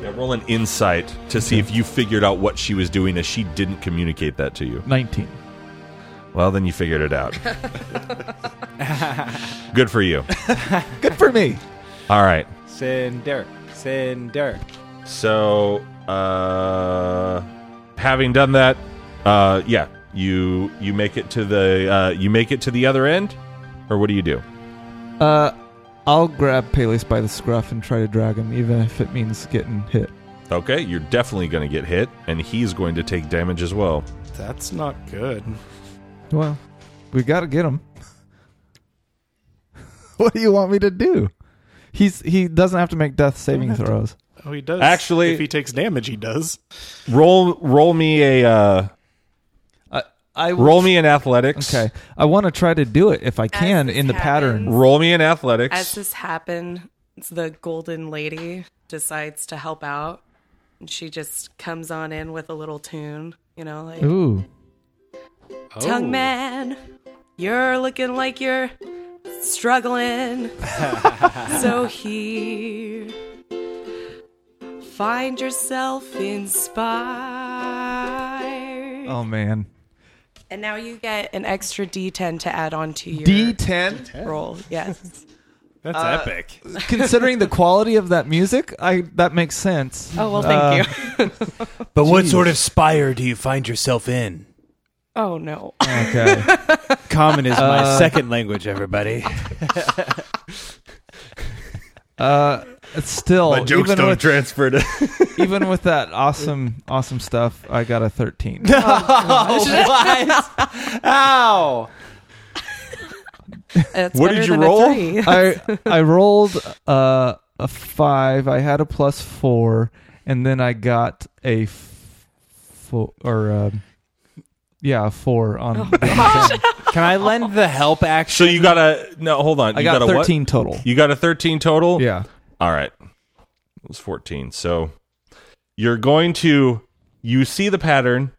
[SPEAKER 1] Yeah, roll an insight to see if you figured out what she was doing as she didn't communicate that to you.
[SPEAKER 3] 19.
[SPEAKER 1] Well, then you figured it out. Good for you.
[SPEAKER 3] Good for me.
[SPEAKER 1] All right.
[SPEAKER 13] Cinder. Cinder.
[SPEAKER 1] So, uh, having done that, uh, yeah, you you make it to the uh, you make it to the other end, or what do you do?
[SPEAKER 3] Uh, I'll grab Peleus by the scruff and try to drag him, even if it means getting hit.
[SPEAKER 1] Okay, you're definitely going to get hit, and he's going to take damage as well.
[SPEAKER 9] That's not good.
[SPEAKER 3] Well, we got to get him. what do you want me to do? He's he doesn't have to make death saving throws.
[SPEAKER 9] Oh, he does.
[SPEAKER 1] Actually-
[SPEAKER 9] if he takes damage, he does.
[SPEAKER 1] Roll roll me a uh,
[SPEAKER 3] I, I will-
[SPEAKER 1] roll me an athletics.
[SPEAKER 3] Okay, I want to try to do it if I can
[SPEAKER 7] this
[SPEAKER 3] in the pattern.
[SPEAKER 7] happens-
[SPEAKER 1] Roll me an athletics.
[SPEAKER 7] As this happened, the golden lady decides to help out. And she just comes on in with a little tune, you know, like
[SPEAKER 3] Ooh,
[SPEAKER 1] Oh.
[SPEAKER 7] Tongue man, you're looking like you're struggling. so here, find yourself inspired.
[SPEAKER 3] oh man,
[SPEAKER 7] And now you get an extra D10 to add on to your
[SPEAKER 3] D ten.
[SPEAKER 7] roll. Yes.
[SPEAKER 13] That's epic.
[SPEAKER 3] Considering the quality of that music, I that makes sense.
[SPEAKER 7] Oh, well, thank you.
[SPEAKER 5] But what sort of spire do you find yourself in?
[SPEAKER 7] Oh, no.
[SPEAKER 3] Okay,
[SPEAKER 13] Common is my
[SPEAKER 3] Uh,
[SPEAKER 13] second language, everybody.
[SPEAKER 3] uh, it's still even with,
[SPEAKER 1] transfer to.
[SPEAKER 3] even with that awesome awesome stuff, I got a thirteen.
[SPEAKER 4] Oh.
[SPEAKER 13] Ow!
[SPEAKER 7] That's
[SPEAKER 1] What did
[SPEAKER 7] better
[SPEAKER 1] you
[SPEAKER 7] than a
[SPEAKER 1] roll?
[SPEAKER 7] three.
[SPEAKER 3] I I rolled uh, a five. I had a plus four, and then I got a f- four or um yeah, a four on.
[SPEAKER 4] Oh
[SPEAKER 13] Can I lend the help
[SPEAKER 1] So
[SPEAKER 13] action?
[SPEAKER 1] you got a no. Hold on.
[SPEAKER 3] I
[SPEAKER 1] you
[SPEAKER 3] got,
[SPEAKER 1] a what?
[SPEAKER 3] thirteen total.
[SPEAKER 1] You got a 13 total?
[SPEAKER 3] Yeah.
[SPEAKER 1] All right. It was 14. So you're going to you see the pattern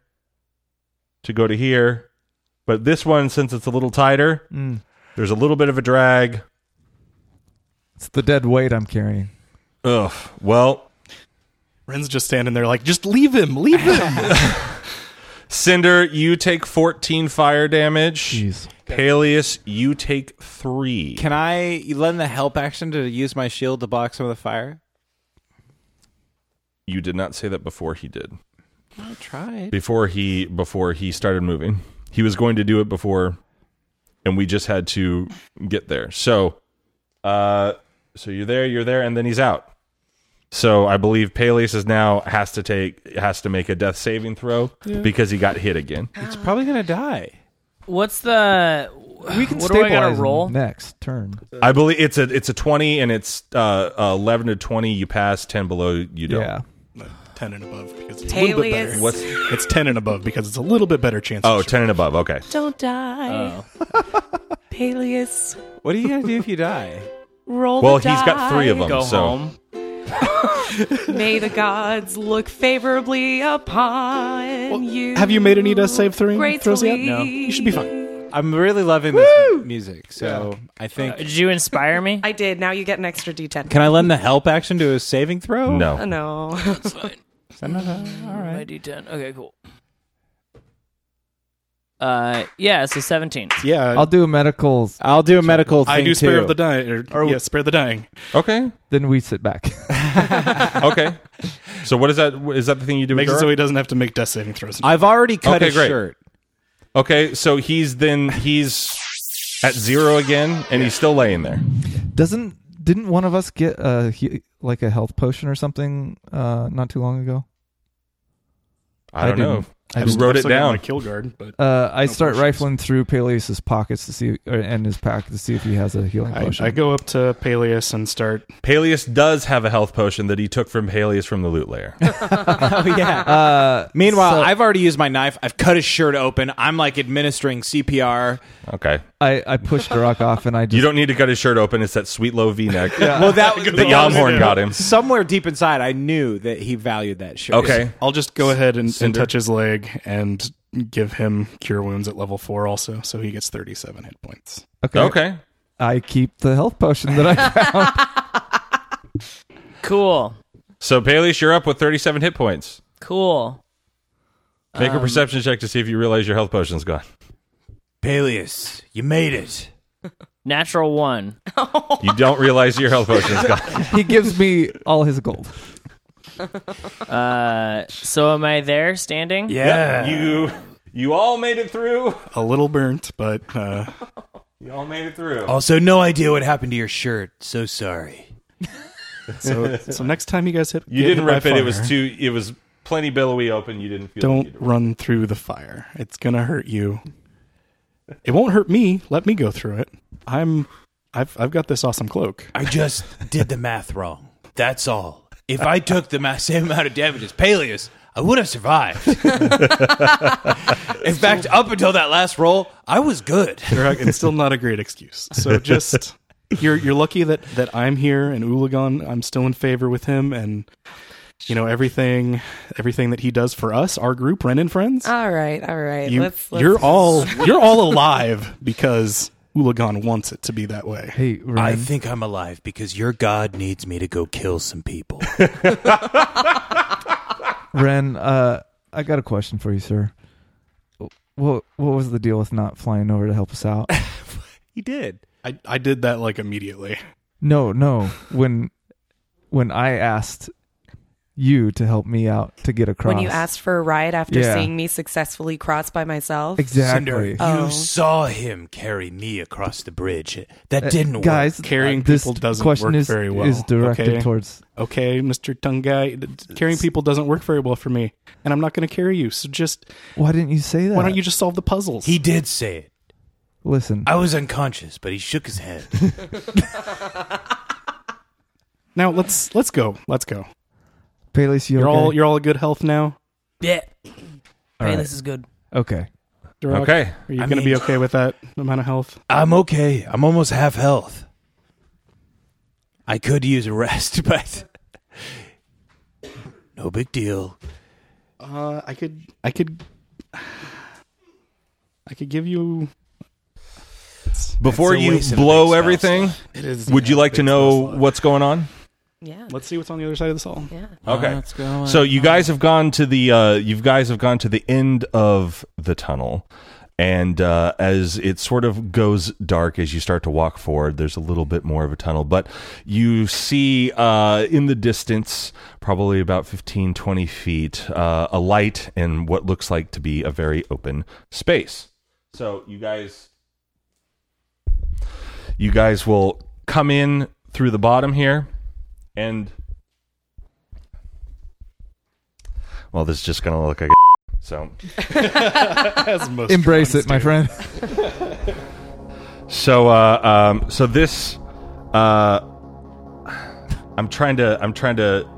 [SPEAKER 1] to go to here, but this one since it's a little tighter,
[SPEAKER 3] Mm.
[SPEAKER 1] there's a little bit of a drag.
[SPEAKER 3] It's the dead weight I'm carrying.
[SPEAKER 1] Ugh. Well,
[SPEAKER 9] Ren's just standing there like, just leave him, leave him.
[SPEAKER 1] Cinder, you take 14 fire damage.
[SPEAKER 3] Jeez.
[SPEAKER 1] Peleus, you take 3.
[SPEAKER 13] Can I lend the help action to use my shield to block some of the fire?
[SPEAKER 1] you did not say that before he did.
[SPEAKER 13] I tried.
[SPEAKER 1] Before he before he started moving. He was going to do it before and we just had to get there. So, uh, so you're there, you're there, and then he's out. So I believe Peleus is now has to take has to make a death saving throw because he got hit again.
[SPEAKER 13] It's probably gonna die.
[SPEAKER 4] What's the?
[SPEAKER 3] We can
[SPEAKER 4] what do I
[SPEAKER 3] stabilize
[SPEAKER 4] gotta
[SPEAKER 3] him
[SPEAKER 4] roll?
[SPEAKER 3] next turn.
[SPEAKER 1] I believe it's a it's a twenty and it's uh, uh, eleven to twenty. You pass ten below, you don't.
[SPEAKER 3] Yeah.
[SPEAKER 9] ten and above because it's a little
[SPEAKER 7] Haley
[SPEAKER 9] bit better.
[SPEAKER 7] is-
[SPEAKER 1] What's-
[SPEAKER 9] it's ten and above because it's a little bit better chance.
[SPEAKER 1] Oh, 10 and above. Okay.
[SPEAKER 7] Don't die.
[SPEAKER 1] Oh.
[SPEAKER 7] Peleus,
[SPEAKER 13] What are you gonna do if you die?
[SPEAKER 7] roll
[SPEAKER 1] Well,
[SPEAKER 7] the
[SPEAKER 1] he's got three of
[SPEAKER 7] die.
[SPEAKER 1] them. so
[SPEAKER 7] May the gods look favorably upon you.
[SPEAKER 9] Have you made any death save throwing throws yet?
[SPEAKER 7] Gracefully. No.
[SPEAKER 9] You should be fine.
[SPEAKER 13] I'm really loving this music, so I think.
[SPEAKER 4] Did you inspire me?
[SPEAKER 7] I did. Now you get an extra D10.
[SPEAKER 13] Can I lend the help action to a saving throw?
[SPEAKER 1] no.
[SPEAKER 7] Oh, no.
[SPEAKER 13] All
[SPEAKER 4] My
[SPEAKER 13] right.
[SPEAKER 4] D10. Okay, cool. Uh, yeah. So 17.
[SPEAKER 9] Yeah.
[SPEAKER 3] I'll do a medical.
[SPEAKER 13] I'll do a medical thing
[SPEAKER 9] I do spare
[SPEAKER 13] too.
[SPEAKER 9] of the dying, or, yeah, spare the dying.
[SPEAKER 1] Okay.
[SPEAKER 3] Then we sit back.
[SPEAKER 1] Okay. so what is that? Is that the thing you do? with
[SPEAKER 9] Makes it
[SPEAKER 1] Dora?
[SPEAKER 9] so he doesn't have to make death saving throws.
[SPEAKER 13] I've already cut
[SPEAKER 1] Okay,
[SPEAKER 13] his
[SPEAKER 1] great.
[SPEAKER 13] shirt.
[SPEAKER 1] Okay, so he's then he's at zero again, and he's still laying there.
[SPEAKER 3] Doesn't didn't one of us get uh he, like a health potion or something uh not too long ago?
[SPEAKER 1] I don't know.
[SPEAKER 3] didn't. I
[SPEAKER 1] Who
[SPEAKER 3] didn't.
[SPEAKER 1] wrote
[SPEAKER 9] I've
[SPEAKER 1] it
[SPEAKER 9] still got
[SPEAKER 1] down?
[SPEAKER 9] My kill guard, but
[SPEAKER 3] Uh, I start
[SPEAKER 9] potions.
[SPEAKER 3] rifling through Peleus's pockets to see or, and his pack to see if he has a healing
[SPEAKER 9] I,
[SPEAKER 3] potion.
[SPEAKER 9] I go up to Peleus and start.
[SPEAKER 1] Peleus does have a health potion that he took from Peleus from the loot layer.
[SPEAKER 13] Oh yeah.
[SPEAKER 3] uh,
[SPEAKER 13] Meanwhile,
[SPEAKER 3] so
[SPEAKER 13] I've already used my knife. I've cut his shirt open. I'm like administering CPR.
[SPEAKER 1] Okay,
[SPEAKER 3] I, I push Durak off and I
[SPEAKER 1] you
[SPEAKER 3] just
[SPEAKER 1] don't need to cut his shirt open. It's that sweet low V neck.
[SPEAKER 13] Well, that
[SPEAKER 1] The Yamhorn got him.
[SPEAKER 13] Somewhere deep inside, I knew that he valued that shirt.
[SPEAKER 1] Okay,
[SPEAKER 9] I'll just go ahead and, and
[SPEAKER 1] Cinder.
[SPEAKER 9] touch his leg and give him cure wounds at level four, also, so he gets thirty-seven hit points.
[SPEAKER 3] okay.
[SPEAKER 1] okay.
[SPEAKER 3] I keep the health potion that I
[SPEAKER 4] Cool.
[SPEAKER 1] So Peleus, you're up with 37 hit points.
[SPEAKER 4] Cool.
[SPEAKER 1] Make a perception check to see if you realize your health potion's gone.
[SPEAKER 5] Peleus, you made it.
[SPEAKER 4] Natural one.
[SPEAKER 1] You don't realize your health potion's gone.
[SPEAKER 3] he gives me all his gold.
[SPEAKER 4] Uh, so am I there standing?
[SPEAKER 5] Yeah.
[SPEAKER 1] You, you all made it through.
[SPEAKER 9] A little burnt, but uh,
[SPEAKER 1] You all made it through.
[SPEAKER 5] Also, no idea what happened to your shirt. So sorry.
[SPEAKER 9] so so next time you guys hit,
[SPEAKER 1] You
[SPEAKER 9] get
[SPEAKER 1] didn't
[SPEAKER 9] hit by
[SPEAKER 1] rip it. It was
[SPEAKER 9] fire,
[SPEAKER 1] too. It was plenty billowy open. You didn't feel. the need
[SPEAKER 9] Don't
[SPEAKER 1] to rip
[SPEAKER 9] run through the fire. It's gonna hurt you. It won't hurt me. Let me go through it. I'm. I've I've got this awesome cloak.
[SPEAKER 5] I just did the math wrong. That's all. If I took the ma- same amount of damage as Peleus, I would have survived. In fact, up until that last roll, I was good.
[SPEAKER 9] Durak, it's still not a great excuse. So just you're you're lucky that that I'm here and Ulagon. I'm still in favor with him, and you know everything everything that he does for us, our group, Ren and friends.
[SPEAKER 7] all right, all right.
[SPEAKER 9] you,
[SPEAKER 7] Oh, let's, let's
[SPEAKER 9] you're all you're all alive because Ulagon wants it to be that way.
[SPEAKER 3] Hey,
[SPEAKER 5] I
[SPEAKER 3] Ren,
[SPEAKER 5] think I'm alive because your god needs me to go kill some people.
[SPEAKER 3] Ren, uh, I got a question for you, sir. What what was the deal with not flying over to help us out?
[SPEAKER 13] He did.
[SPEAKER 9] I I did that like immediately.
[SPEAKER 3] No, no. When when I asked you to help me out to get across,
[SPEAKER 7] When you asked for a ride after
[SPEAKER 3] Yeah.
[SPEAKER 7] seeing me successfully cross by myself.
[SPEAKER 5] Cinder,
[SPEAKER 3] exactly,
[SPEAKER 5] you
[SPEAKER 7] Oh.
[SPEAKER 5] saw him carry me across the bridge. That didn't work.
[SPEAKER 3] Uh, guys.
[SPEAKER 9] Carrying
[SPEAKER 3] this
[SPEAKER 9] people doesn't
[SPEAKER 3] question
[SPEAKER 9] work
[SPEAKER 3] is,
[SPEAKER 9] very well.
[SPEAKER 3] Is directed
[SPEAKER 9] okay?
[SPEAKER 3] towards
[SPEAKER 9] okay, Mister Tongue Guy. Carrying people doesn't work very well for me, and I'm not going to carry you. So just
[SPEAKER 3] why didn't you say that?
[SPEAKER 9] why don't you Oh, just solve the puzzles?
[SPEAKER 5] He did say it.
[SPEAKER 3] listen?
[SPEAKER 5] I was unconscious, but he shook his head.
[SPEAKER 9] Now let's let's go. Let's go.
[SPEAKER 3] Peleus, you
[SPEAKER 9] You're
[SPEAKER 3] okay?
[SPEAKER 9] all you're all in good health now.
[SPEAKER 4] Yeah.
[SPEAKER 3] All right.
[SPEAKER 4] Hey, this is good.
[SPEAKER 3] okay.
[SPEAKER 9] Durak?
[SPEAKER 1] Okay.
[SPEAKER 9] Are you
[SPEAKER 5] I
[SPEAKER 9] going to be
[SPEAKER 5] mean-
[SPEAKER 9] okay with that amount of health?
[SPEAKER 5] I'm okay. I'm almost half health. I could use a rest, but no big deal.
[SPEAKER 9] Uh, I could I could I could give you.
[SPEAKER 1] Before
[SPEAKER 5] It's a
[SPEAKER 1] you
[SPEAKER 5] waste of
[SPEAKER 1] blow
[SPEAKER 5] big spell
[SPEAKER 1] everything,
[SPEAKER 9] It is.
[SPEAKER 1] would you like to know what's going on?
[SPEAKER 7] yeah.
[SPEAKER 9] Let's see what's on the other side of this hall.
[SPEAKER 7] Yeah.
[SPEAKER 1] Okay. So you guys have gone to the uh, you guys have gone to the end of the tunnel, and uh, as it sort of goes dark as you start to walk forward, there's a little bit more of a tunnel, but you see uh, in the distance, probably about 15, 20 feet, uh, a light in what looks like to be a very open space. So you guys you guys will come in through the bottom here and well this is just gonna look like a so
[SPEAKER 9] As most
[SPEAKER 3] Embrace it, my friend.
[SPEAKER 1] so uh um so this uh i'm trying to i'm trying to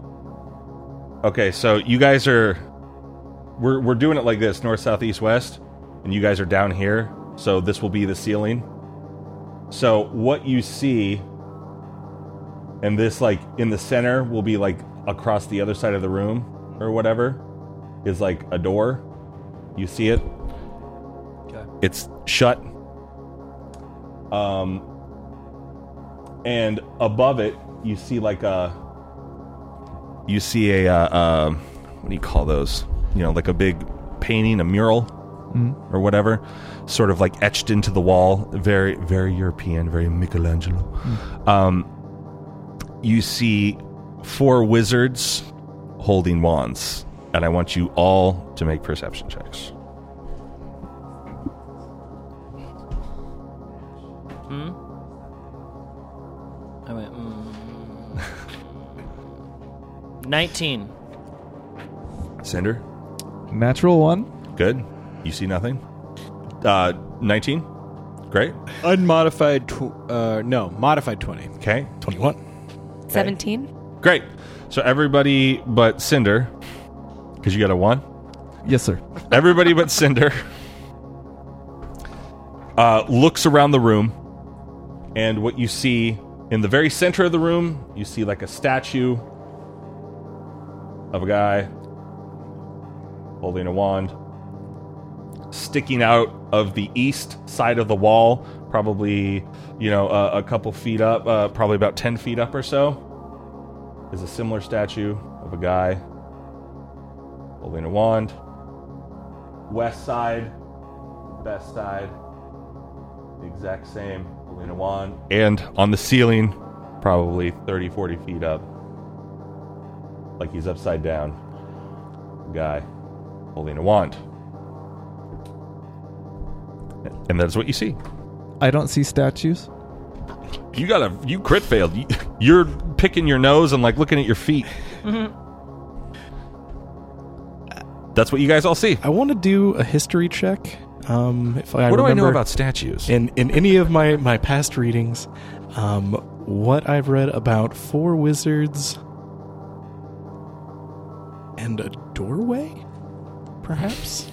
[SPEAKER 1] Okay, so you guys are we're we're doing it like this, north, south, east, west, and you guys are down here. So this will be the ceiling. So what you see and this like in the center will be like across the other side of the room or whatever is like a door. You see it? It's shut. Um and above it you see like a you see a uh, uh, what do you call those? You know, like a big painting, a mural, or whatever, sort of like etched into the wall. Very, very European, very Michelangelo. Um, you see four wizards holding wands, and I want you all to make perception checks.
[SPEAKER 4] I went. Mm. Nineteen.
[SPEAKER 1] Cinder,
[SPEAKER 3] Natural one.
[SPEAKER 1] good. You see nothing. Uh, nineteen. Great.
[SPEAKER 13] Unmodified, tw- uh, no, modified 20.
[SPEAKER 1] Okay.
[SPEAKER 9] 21.
[SPEAKER 7] 17?
[SPEAKER 1] Great. So everybody but Cinder, because you got a one.
[SPEAKER 3] Yes, sir.
[SPEAKER 1] Everybody but Cinder uh, looks around the room, and what you see in the very center of the room, you see like a statue of a guy holding a wand sticking out of the east side of the wall, probably, you know, a, a couple feet up, uh, probably about 10 feet up or so, is a similar statue of a guy holding a wand. West side, best side, the exact same, holding a wand. And on the ceiling, probably 30, 40 feet up, like he's upside down, a guy holding a wand. And that's what you see.
[SPEAKER 3] I don't see statues.
[SPEAKER 1] You got to you crit failed. You- You're picking your nose and like looking at your feet. That's what you guys all see.
[SPEAKER 9] I want to do a history check. Um, if I
[SPEAKER 1] what do I know
[SPEAKER 9] remember-
[SPEAKER 1] about statues?
[SPEAKER 9] in in any of my my past readings, um, what I've read about four wizards and a doorway, perhaps.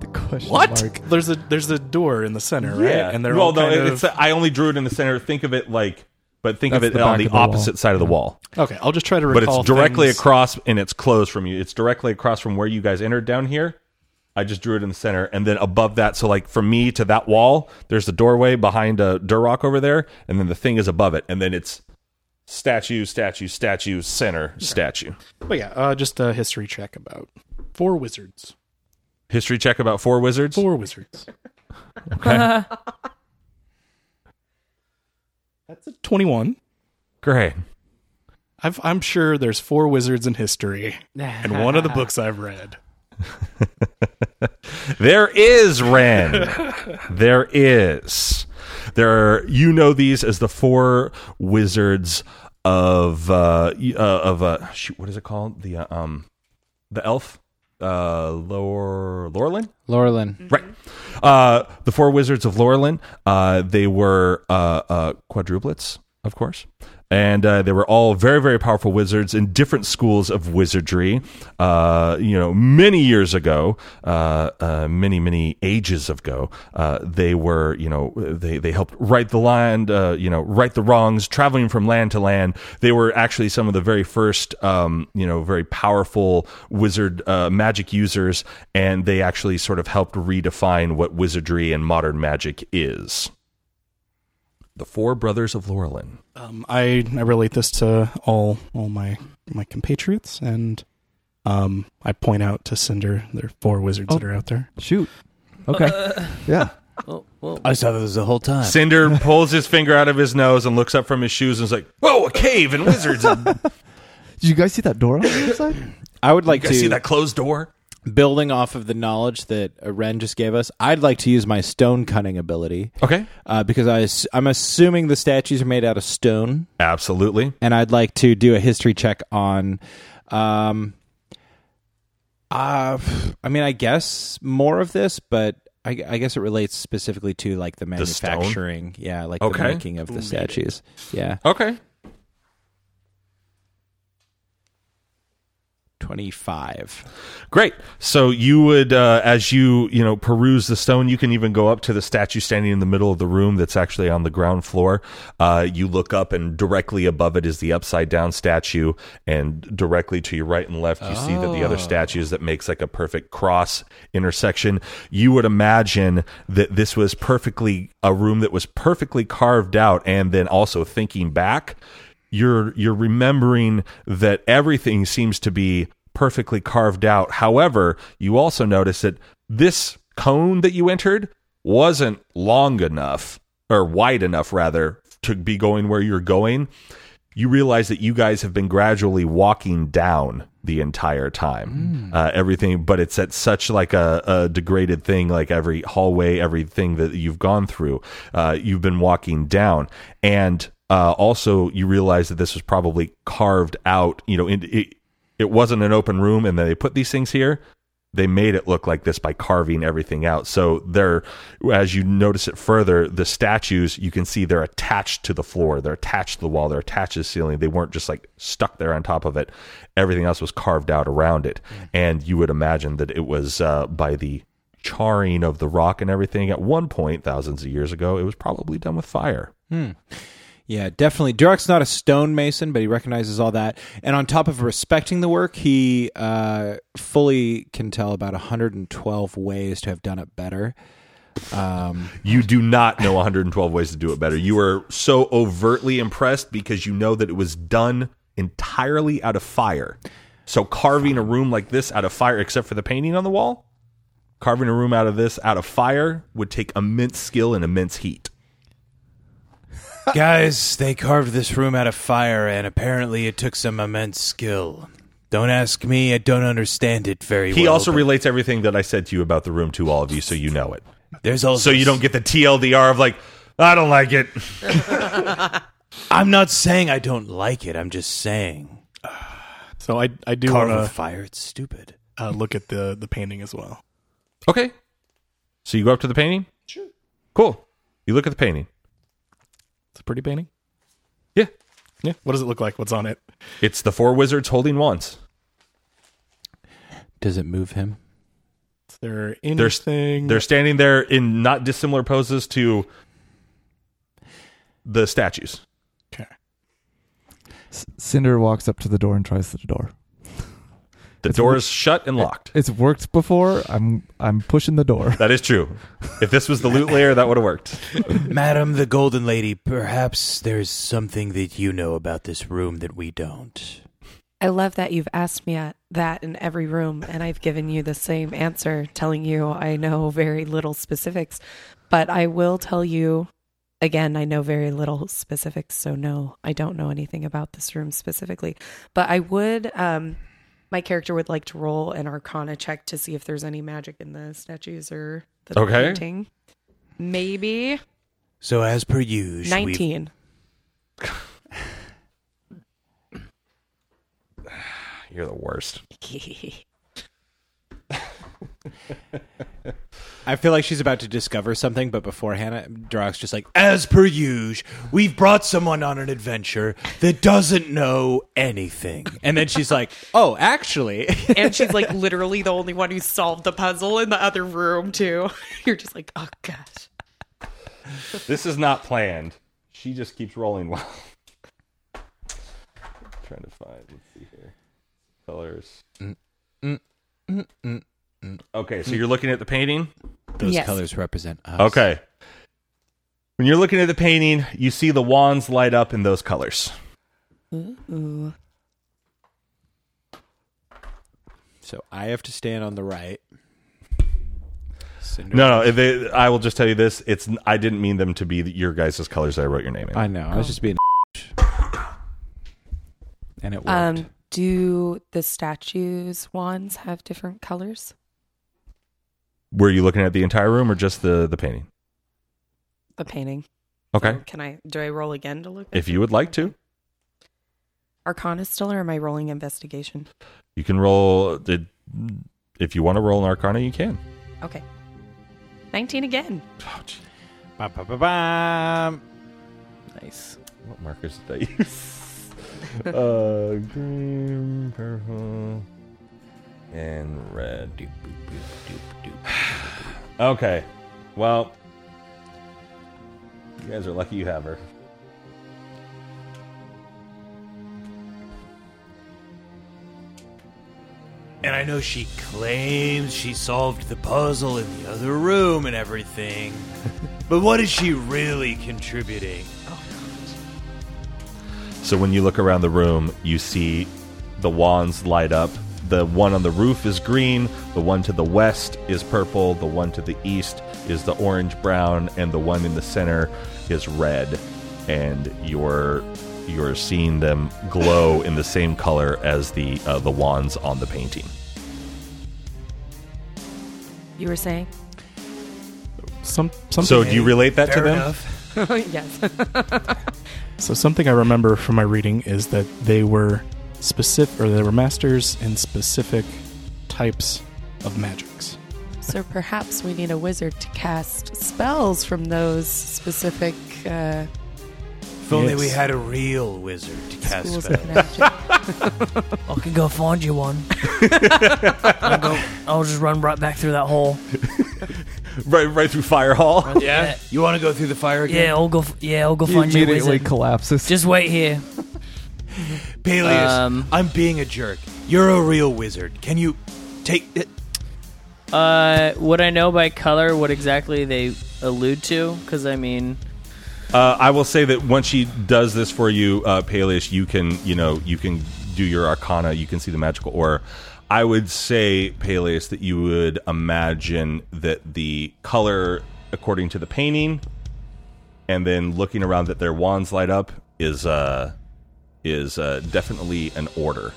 [SPEAKER 3] The question mark.
[SPEAKER 9] There's a there's a door in the center, right? And they're
[SPEAKER 1] well,
[SPEAKER 9] all
[SPEAKER 1] no,
[SPEAKER 9] kind
[SPEAKER 1] it- it's
[SPEAKER 9] of,
[SPEAKER 1] I only drew it in the center. Think of it like, but think of
[SPEAKER 3] That's
[SPEAKER 1] it
[SPEAKER 3] the
[SPEAKER 1] on
[SPEAKER 3] back
[SPEAKER 1] the
[SPEAKER 3] of the wall.
[SPEAKER 1] opposite side of the wall.
[SPEAKER 9] okay. I'll just try to
[SPEAKER 1] But
[SPEAKER 9] recall.
[SPEAKER 1] it's directly
[SPEAKER 9] things.
[SPEAKER 1] across, and it's closed from you. It's directly across from where you guys entered down here. I just drew it in the center, and then above that, so like from me to that wall, there's the doorway behind a Durrock over there, and then the thing is above it, and then it's statue, statue, statue, center, statue.
[SPEAKER 9] But yeah, uh, just a history check about four wizards.
[SPEAKER 1] History check about four wizards.
[SPEAKER 9] Four wizards.
[SPEAKER 1] Okay.
[SPEAKER 9] That's a twenty-one.
[SPEAKER 1] Great.
[SPEAKER 9] I've, I'm sure there's four wizards in history, and one of the books I've read.
[SPEAKER 1] There is Ren. there is. There. Are, you know these as the four wizards of uh, y- uh of uh shoot. What is it called? The uh, um the elf uh Lor Lorlin.
[SPEAKER 13] Laurelin.
[SPEAKER 1] Right. Uh, the four wizards of Lorelin. Uh, they were uh, uh, quadruplets, of course. And uh, they were all very, very powerful wizards in different schools of wizardry. Uh, you know, many years ago, uh, uh, many, many ages ago, uh, they were, you know, they, they helped right the land, uh, you know, right the wrongs, traveling from land to land. They were actually some of the very first, um, you know, very powerful wizard uh, magic users, and they actually sort of helped redefine what wizardry and modern magic is. The Four Brothers of Lorelin.
[SPEAKER 9] Um, I I relate this to all all my my compatriots, and um, I point out to Cinder there are four wizards that are out there.
[SPEAKER 3] Shoot. Okay.
[SPEAKER 9] Uh.
[SPEAKER 3] yeah.
[SPEAKER 4] Oh, well,
[SPEAKER 5] I saw those the whole time.
[SPEAKER 1] Cinder pulls his finger out of his nose and looks up from his shoes and is like, "Whoa, a cave and wizards! And
[SPEAKER 3] Did you guys see that door on the other side?
[SPEAKER 13] I would like
[SPEAKER 1] you guys see
[SPEAKER 13] to,
[SPEAKER 1] that closed door?
[SPEAKER 13] building off of the knowledge that uh, Ren just gave us, I'd like to use my stone cunning ability
[SPEAKER 1] Okay,
[SPEAKER 13] uh, because I, ass- I'm assuming the statues are made out of stone.
[SPEAKER 1] absolutely.
[SPEAKER 13] and I'd like to do a history check on um uh I mean I guess more of this but I, I guess it relates specifically to like the
[SPEAKER 1] stone?
[SPEAKER 13] manufacturing yeah like the
[SPEAKER 1] Okay.
[SPEAKER 13] making of the statues yeah
[SPEAKER 1] Okay,
[SPEAKER 13] 25.
[SPEAKER 1] Great. So you would, uh, as you you know peruse the stone, you can even go up to the statue standing in the middle of the room that's actually on the ground floor. Uh, you look up, and directly above it is the upside down statue, and directly to your right and left, you see that the other statue is that makes like a perfect cross intersection. You would imagine that this was perfectly a room that was perfectly carved out, and then also thinking back you're you're remembering that everything seems to be perfectly carved out. However, you also notice that this cone that you entered wasn't long enough or wide enough rather to be going where you're going. You realize that you guys have been gradually walking down the entire time. Uh, everything, but it's at such like a, a degraded thing, like every hallway, everything that you've gone through, uh, you've been walking down. And uh, also, you realize that this was probably carved out. You know, in, it it wasn't an open room, and they put these things here. They made it look like this by carving everything out. So they're, as you notice it further, the statues you can see they're attached to the floor, they're attached to the wall, they're attached to the ceiling. They weren't just like stuck there on top of it. Everything else was carved out around it, and you would imagine that it was uh, by the charring of the rock and everything. At one point, thousands of years ago, it was probably done with fire.
[SPEAKER 13] Yeah, definitely. Durek's not a stonemason, but he recognizes all that. And on top of respecting the work, he uh, fully can tell about 112 ways to have done it better.
[SPEAKER 1] You do not know 112 ways to do it better. You are so overtly impressed because you know that it was done entirely out of fire. So carving a room like this out of fire, except for the painting on the wall, carving a room out of this out of fire would take immense skill and immense heat.
[SPEAKER 5] Guys, they carved this room out of fire, and apparently it took some immense skill. Don't ask me; I don't understand it very well.
[SPEAKER 1] He also
[SPEAKER 5] but
[SPEAKER 1] relates everything that I said to you about the room to all of you, so you know it.
[SPEAKER 5] there's
[SPEAKER 1] So
[SPEAKER 5] also
[SPEAKER 1] you don't get the TLDR of like, I don't like it.
[SPEAKER 5] I'm not saying I don't like it. I'm just saying
[SPEAKER 9] So I I do
[SPEAKER 5] carve
[SPEAKER 9] want
[SPEAKER 5] a
[SPEAKER 9] to
[SPEAKER 5] fire. It's stupid.
[SPEAKER 9] uh, look at the the painting as well.
[SPEAKER 1] Okay. So you go up to the painting? Sure. Cool. You look at the painting.
[SPEAKER 9] It's a pretty painting.
[SPEAKER 1] Yeah.
[SPEAKER 9] Yeah. What does it look like? What's on it?
[SPEAKER 1] It's the four wizards holding wands.
[SPEAKER 13] Does it move him?
[SPEAKER 9] Is there
[SPEAKER 1] They're,
[SPEAKER 9] anything?
[SPEAKER 1] they're standing there in not dissimilar poses to the statues.
[SPEAKER 9] Okay.
[SPEAKER 3] C- Cinder walks up to the door and tries the door.
[SPEAKER 1] The door is shut and locked.
[SPEAKER 3] It's worked before. I'm I'm pushing the door.
[SPEAKER 1] That is true. If this was the loot layer, that would have worked.
[SPEAKER 5] Madam the Golden Lady, perhaps there's something that you know about this room that we don't.
[SPEAKER 7] I love that you've asked me at that in every room, and I've given you the same answer, telling you I know very little specifics. But I will tell you again, I know very little specifics. So, no, I don't know anything about this room specifically. But I would, um, my character would like to roll an arcana check to see if there's any magic in the statues or the
[SPEAKER 1] Okay.
[SPEAKER 7] painting. Maybe
[SPEAKER 5] So, as per usual,
[SPEAKER 7] 19.
[SPEAKER 1] You're the worst.
[SPEAKER 13] I feel like she's about to discover something, but beforehand, Durek's just like,
[SPEAKER 5] As per usual, we've brought someone on an adventure that doesn't know anything.
[SPEAKER 13] and then she's like, oh, actually.
[SPEAKER 7] and she's like literally the only one who solved the puzzle in the other room too. You're just like, oh gosh.
[SPEAKER 1] This is not planned. She just keeps rolling well. trying to find. Let's see here. Colors. Okay, so you're looking at the painting.
[SPEAKER 13] Those
[SPEAKER 7] Yes.
[SPEAKER 13] colors represent us.
[SPEAKER 1] Okay. When you're looking at the painting, you see the wands light up in those colors.
[SPEAKER 7] Ooh.
[SPEAKER 13] So I have to stand on the right. Cinder-
[SPEAKER 1] No, no, they, I will just tell you this: it's I didn't mean them to be your guys' colors. that I wrote your name in.
[SPEAKER 13] I know. I was just being. and it worked.
[SPEAKER 7] Um, do the statues wands have different colors?
[SPEAKER 1] Were you looking at the entire room or just the the painting?
[SPEAKER 7] The painting.
[SPEAKER 1] Okay,
[SPEAKER 7] So can I do I roll again to look?
[SPEAKER 1] if you would like to,
[SPEAKER 7] Arcana still, or am I rolling investigation?
[SPEAKER 1] you can roll. Did if you want to roll an Arcana, you can.
[SPEAKER 7] Okay. Nineteen again.
[SPEAKER 1] Oh,
[SPEAKER 13] Ba, ba, ba, ba.
[SPEAKER 4] Nice.
[SPEAKER 1] What markers did I use? uh, green, purple. and red. Doop, boop, boop, doop, doop. okay. Well, you guys are lucky you have her.
[SPEAKER 5] And I know she claims she solved the puzzle in the other room and everything. but what is she really contributing?
[SPEAKER 1] So when you look around the room, you see the wands light up. The one on the roof is green, the one to the west is purple, the one to the east is the orange brown, and the one in the center is red. And you're you're seeing them glow in the same color as the uh, the wands on the painting.
[SPEAKER 7] You were saying?
[SPEAKER 9] Some, something
[SPEAKER 1] So do you relate that to them?
[SPEAKER 7] yes.
[SPEAKER 9] So something I remember from my reading is that they were specific, or they were masters in specific types of magics.
[SPEAKER 7] so perhaps we need a wizard to cast spells from those specific uh,
[SPEAKER 5] If only we
[SPEAKER 9] Yes.
[SPEAKER 5] had a real wizard to cast
[SPEAKER 7] schools
[SPEAKER 5] spells.
[SPEAKER 7] of magic.
[SPEAKER 4] I can go find you one. I'll, go, I'll just run right back through that hole.
[SPEAKER 1] Right, right through Fire Hall.
[SPEAKER 5] Yeah? You want to go through the fire again?
[SPEAKER 4] Yeah, I'll go. f- Yeah, I'll go
[SPEAKER 3] He
[SPEAKER 4] find you.
[SPEAKER 3] immediately
[SPEAKER 4] Wizard.
[SPEAKER 3] collapses.
[SPEAKER 4] Just wait here.
[SPEAKER 5] Peleus,
[SPEAKER 4] Um,
[SPEAKER 5] I'm being a jerk. You're a real wizard. Can you take it?
[SPEAKER 4] Uh, would I know by color what exactly they allude to? Because I mean,
[SPEAKER 1] Uh, I will say that once she does this for you, uh, Palish, you can you know you can do your Arcana. You can see the magical aura. I would say, Peleus, that you would imagine that the color, according to the painting, and then looking around that their wands light up is uh, is uh, definitely an order.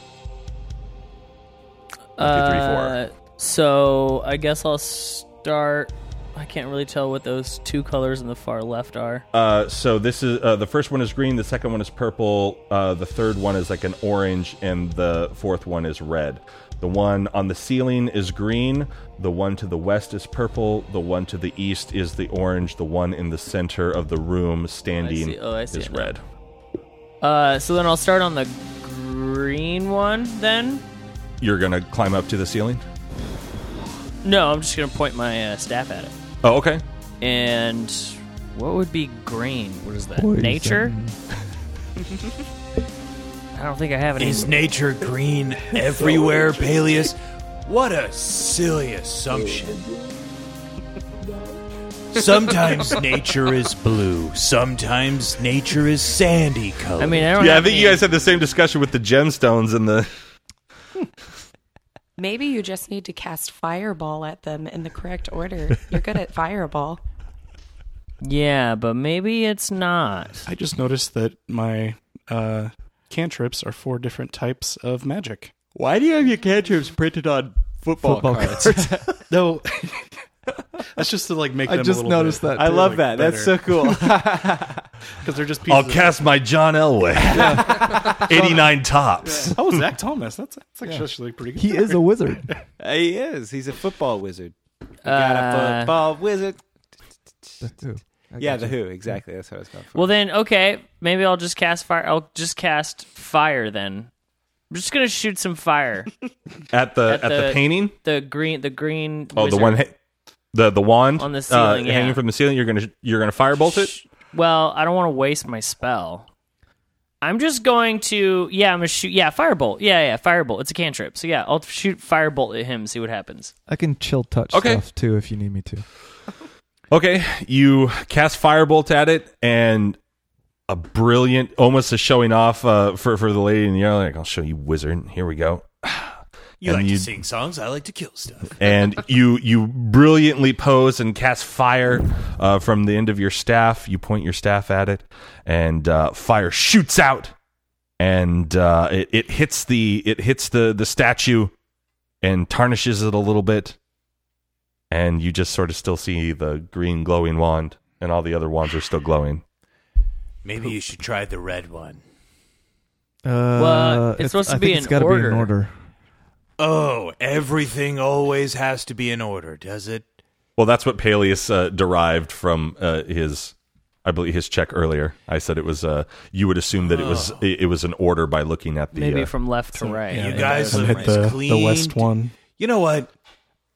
[SPEAKER 1] One, two, three, four.
[SPEAKER 4] uh, so I guess I'll start. I can't really tell what those two colors in the far left are.
[SPEAKER 1] Uh, so this is uh, the first one is green, the second one is purple, uh, the third one is like an orange, and the fourth one is red. The one on the ceiling is green, the one to the west is purple, the one to the east is the orange, the one in the center of the room standing
[SPEAKER 4] Oh, I see
[SPEAKER 1] is
[SPEAKER 4] it now.
[SPEAKER 1] red.
[SPEAKER 4] Uh, so then I'll start on the green one. Then
[SPEAKER 1] You're gonna climb up to the ceiling.
[SPEAKER 4] no, I'm just gonna point my uh, staff at it.
[SPEAKER 1] Oh, okay.
[SPEAKER 4] And what would be green? What is that?
[SPEAKER 3] Poison.
[SPEAKER 4] Nature? I don't think I have any.
[SPEAKER 5] Is nature green everywhere, Peleus? What a silly assumption. Sometimes nature is blue. Sometimes nature is sandy color.
[SPEAKER 4] I mean, I don't.
[SPEAKER 1] Yeah, I
[SPEAKER 4] have
[SPEAKER 1] think
[SPEAKER 4] any-
[SPEAKER 1] you guys had the same discussion with the gemstones and the.
[SPEAKER 7] Maybe you just need to cast fireball at them in the correct order. You're good at fireball.
[SPEAKER 4] Yeah, but maybe it's not.
[SPEAKER 9] I just noticed that my uh, cantrips are four different types of magic.
[SPEAKER 14] Why do you have your cantrips printed on football,
[SPEAKER 3] Football
[SPEAKER 14] cards?
[SPEAKER 9] No, that's just to like make.
[SPEAKER 3] I
[SPEAKER 9] them
[SPEAKER 3] just noticed that.
[SPEAKER 13] I
[SPEAKER 3] too.
[SPEAKER 13] love that. That's so cool.
[SPEAKER 9] because they're just.
[SPEAKER 15] I'll
[SPEAKER 9] Pieces
[SPEAKER 15] cast my John Elway. 89 tops.
[SPEAKER 9] of, oh, Zach Thomas. That's that's actually pretty good.
[SPEAKER 3] He is a wizard.
[SPEAKER 13] he is. He's a football wizard. Got a
[SPEAKER 4] Uh,
[SPEAKER 13] football wizard.
[SPEAKER 3] That too. I
[SPEAKER 13] Yeah,
[SPEAKER 3] got
[SPEAKER 13] the
[SPEAKER 3] you.
[SPEAKER 13] Who. Exactly. That's what I was going for.
[SPEAKER 4] well, then okay, maybe I'll just cast fire. I'll just cast fire then. I'm just gonna shoot some fire.
[SPEAKER 1] At the at,
[SPEAKER 4] At
[SPEAKER 1] the,
[SPEAKER 4] the-
[SPEAKER 1] painting,
[SPEAKER 4] The green, the green.
[SPEAKER 1] oh the
[SPEAKER 4] wizard.
[SPEAKER 1] one, ha- the the wand
[SPEAKER 4] On the
[SPEAKER 1] uh,
[SPEAKER 4] ceiling, yeah.
[SPEAKER 1] hanging from the ceiling. You're gonna you're gonna firebolt it.
[SPEAKER 4] Well, I don't want to waste my spell. I'm just going to yeah, I'm gonna shoot yeah, firebolt. Yeah, yeah, firebolt. It's a cantrip. So yeah, I'll shoot firebolt at him, see what happens.
[SPEAKER 3] I can chill touch
[SPEAKER 1] Okay.
[SPEAKER 3] stuff too if you need me to.
[SPEAKER 1] Okay, you cast firebolt at it, and a brilliant, almost a showing off uh, for for the lady in the yellow. Like, I'll show you, wizard. Here we go.
[SPEAKER 5] you
[SPEAKER 1] and
[SPEAKER 5] like
[SPEAKER 1] you-
[SPEAKER 5] to sing songs, I like to kill stuff.
[SPEAKER 1] And you you brilliantly pose and cast fire uh, from the end of your staff. You point your staff at it, and uh, fire shoots out, and uh, it, it hits the it hits the the statue, and tarnishes it a little bit. And you just sort of still see the green glowing wand, and all the other wands are still glowing.
[SPEAKER 5] Maybe you should try the red one.
[SPEAKER 3] Uh,
[SPEAKER 4] Well, it's supposed to
[SPEAKER 3] I
[SPEAKER 4] be
[SPEAKER 3] think
[SPEAKER 4] in
[SPEAKER 3] it's gotta Be
[SPEAKER 4] order.
[SPEAKER 3] in order.
[SPEAKER 5] Oh, everything always has to be in order, does it?
[SPEAKER 1] Well, that's what Peleus uh, derived from uh, his, I believe, his check earlier. I said it was. Uh, you would assume that it was it, it was an order by looking at the.
[SPEAKER 4] Oh. Maybe
[SPEAKER 1] uh,
[SPEAKER 4] from left to right.
[SPEAKER 5] You
[SPEAKER 4] Yeah.
[SPEAKER 5] guys
[SPEAKER 9] Hit
[SPEAKER 5] look as
[SPEAKER 9] the,
[SPEAKER 5] clean.
[SPEAKER 9] the west one.
[SPEAKER 5] you know what?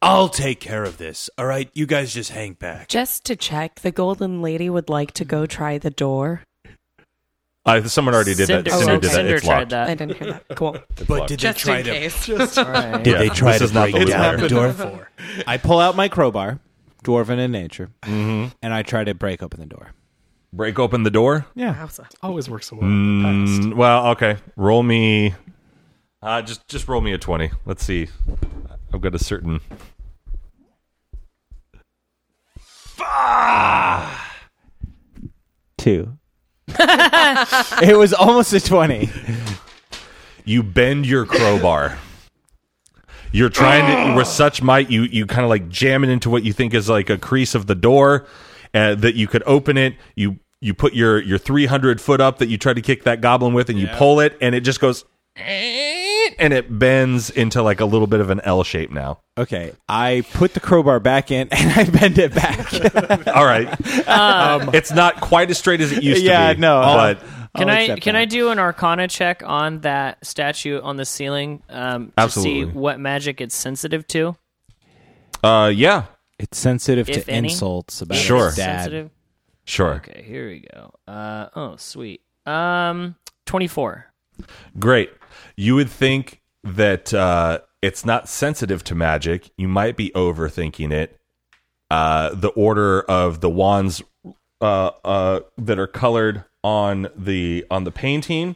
[SPEAKER 5] I'll take care of this. All right, you guys just hang back.
[SPEAKER 7] Just to check, the golden lady would like to go try the door.
[SPEAKER 1] I, someone already did that.
[SPEAKER 4] Cinder-
[SPEAKER 1] Cinder
[SPEAKER 4] oh,
[SPEAKER 1] did that.
[SPEAKER 4] Cinder
[SPEAKER 1] It's
[SPEAKER 4] tried
[SPEAKER 1] locked.
[SPEAKER 7] I
[SPEAKER 4] that.
[SPEAKER 7] didn't hear that. Cool.
[SPEAKER 5] But did
[SPEAKER 7] Just
[SPEAKER 5] they try
[SPEAKER 7] in
[SPEAKER 5] to
[SPEAKER 7] case.
[SPEAKER 14] Just
[SPEAKER 5] did
[SPEAKER 1] Yeah,
[SPEAKER 5] they
[SPEAKER 1] this
[SPEAKER 5] try to
[SPEAKER 1] is not the
[SPEAKER 5] break
[SPEAKER 1] loop
[SPEAKER 5] down
[SPEAKER 1] there.
[SPEAKER 5] her door for?
[SPEAKER 13] I pull out my crowbar, dwarven in nature, and I try to break open the door.
[SPEAKER 1] Break open the door.
[SPEAKER 9] Always works well in the past.
[SPEAKER 1] Mm, well, okay. Roll me. Uh, just just roll me a twenty. Let's see. I've got a certain.
[SPEAKER 13] Two. it was almost a twenty.
[SPEAKER 1] You bend your crowbar. You're trying to with such might you you kind of like jam it into what you think is like a crease of the door uh, that you could open it. You you put your your 300 foot up that you try to kick that goblin with, and you pull it, and it just goes. And it bends into like a little bit of an L shape now.
[SPEAKER 13] Okay, I put the crowbar back in and I bend it back.
[SPEAKER 1] All right, it's not quite as straight as it used
[SPEAKER 13] Um. yeah,
[SPEAKER 1] to be.
[SPEAKER 13] no, uh-huh. I'll-
[SPEAKER 1] but
[SPEAKER 4] Can
[SPEAKER 13] I'll
[SPEAKER 4] I
[SPEAKER 13] accept
[SPEAKER 4] can
[SPEAKER 13] that.
[SPEAKER 4] I do an Arcana check on that statue on the ceiling um, to
[SPEAKER 1] Absolutely.
[SPEAKER 4] see what magic it's sensitive to?
[SPEAKER 1] Uh, yeah,
[SPEAKER 13] It's sensitive
[SPEAKER 4] If
[SPEAKER 13] to
[SPEAKER 4] any.
[SPEAKER 13] insults about
[SPEAKER 4] If
[SPEAKER 13] his
[SPEAKER 1] Sure.
[SPEAKER 4] it's
[SPEAKER 13] dad.
[SPEAKER 4] Sensitive.
[SPEAKER 1] sure.
[SPEAKER 4] Okay, here we go. Uh, oh, sweet. Um, twenty four.
[SPEAKER 1] Great. You would think that uh, it's not sensitive to magic. You might be overthinking it. Uh, the order of the wands uh, uh, that are colored on the on the painting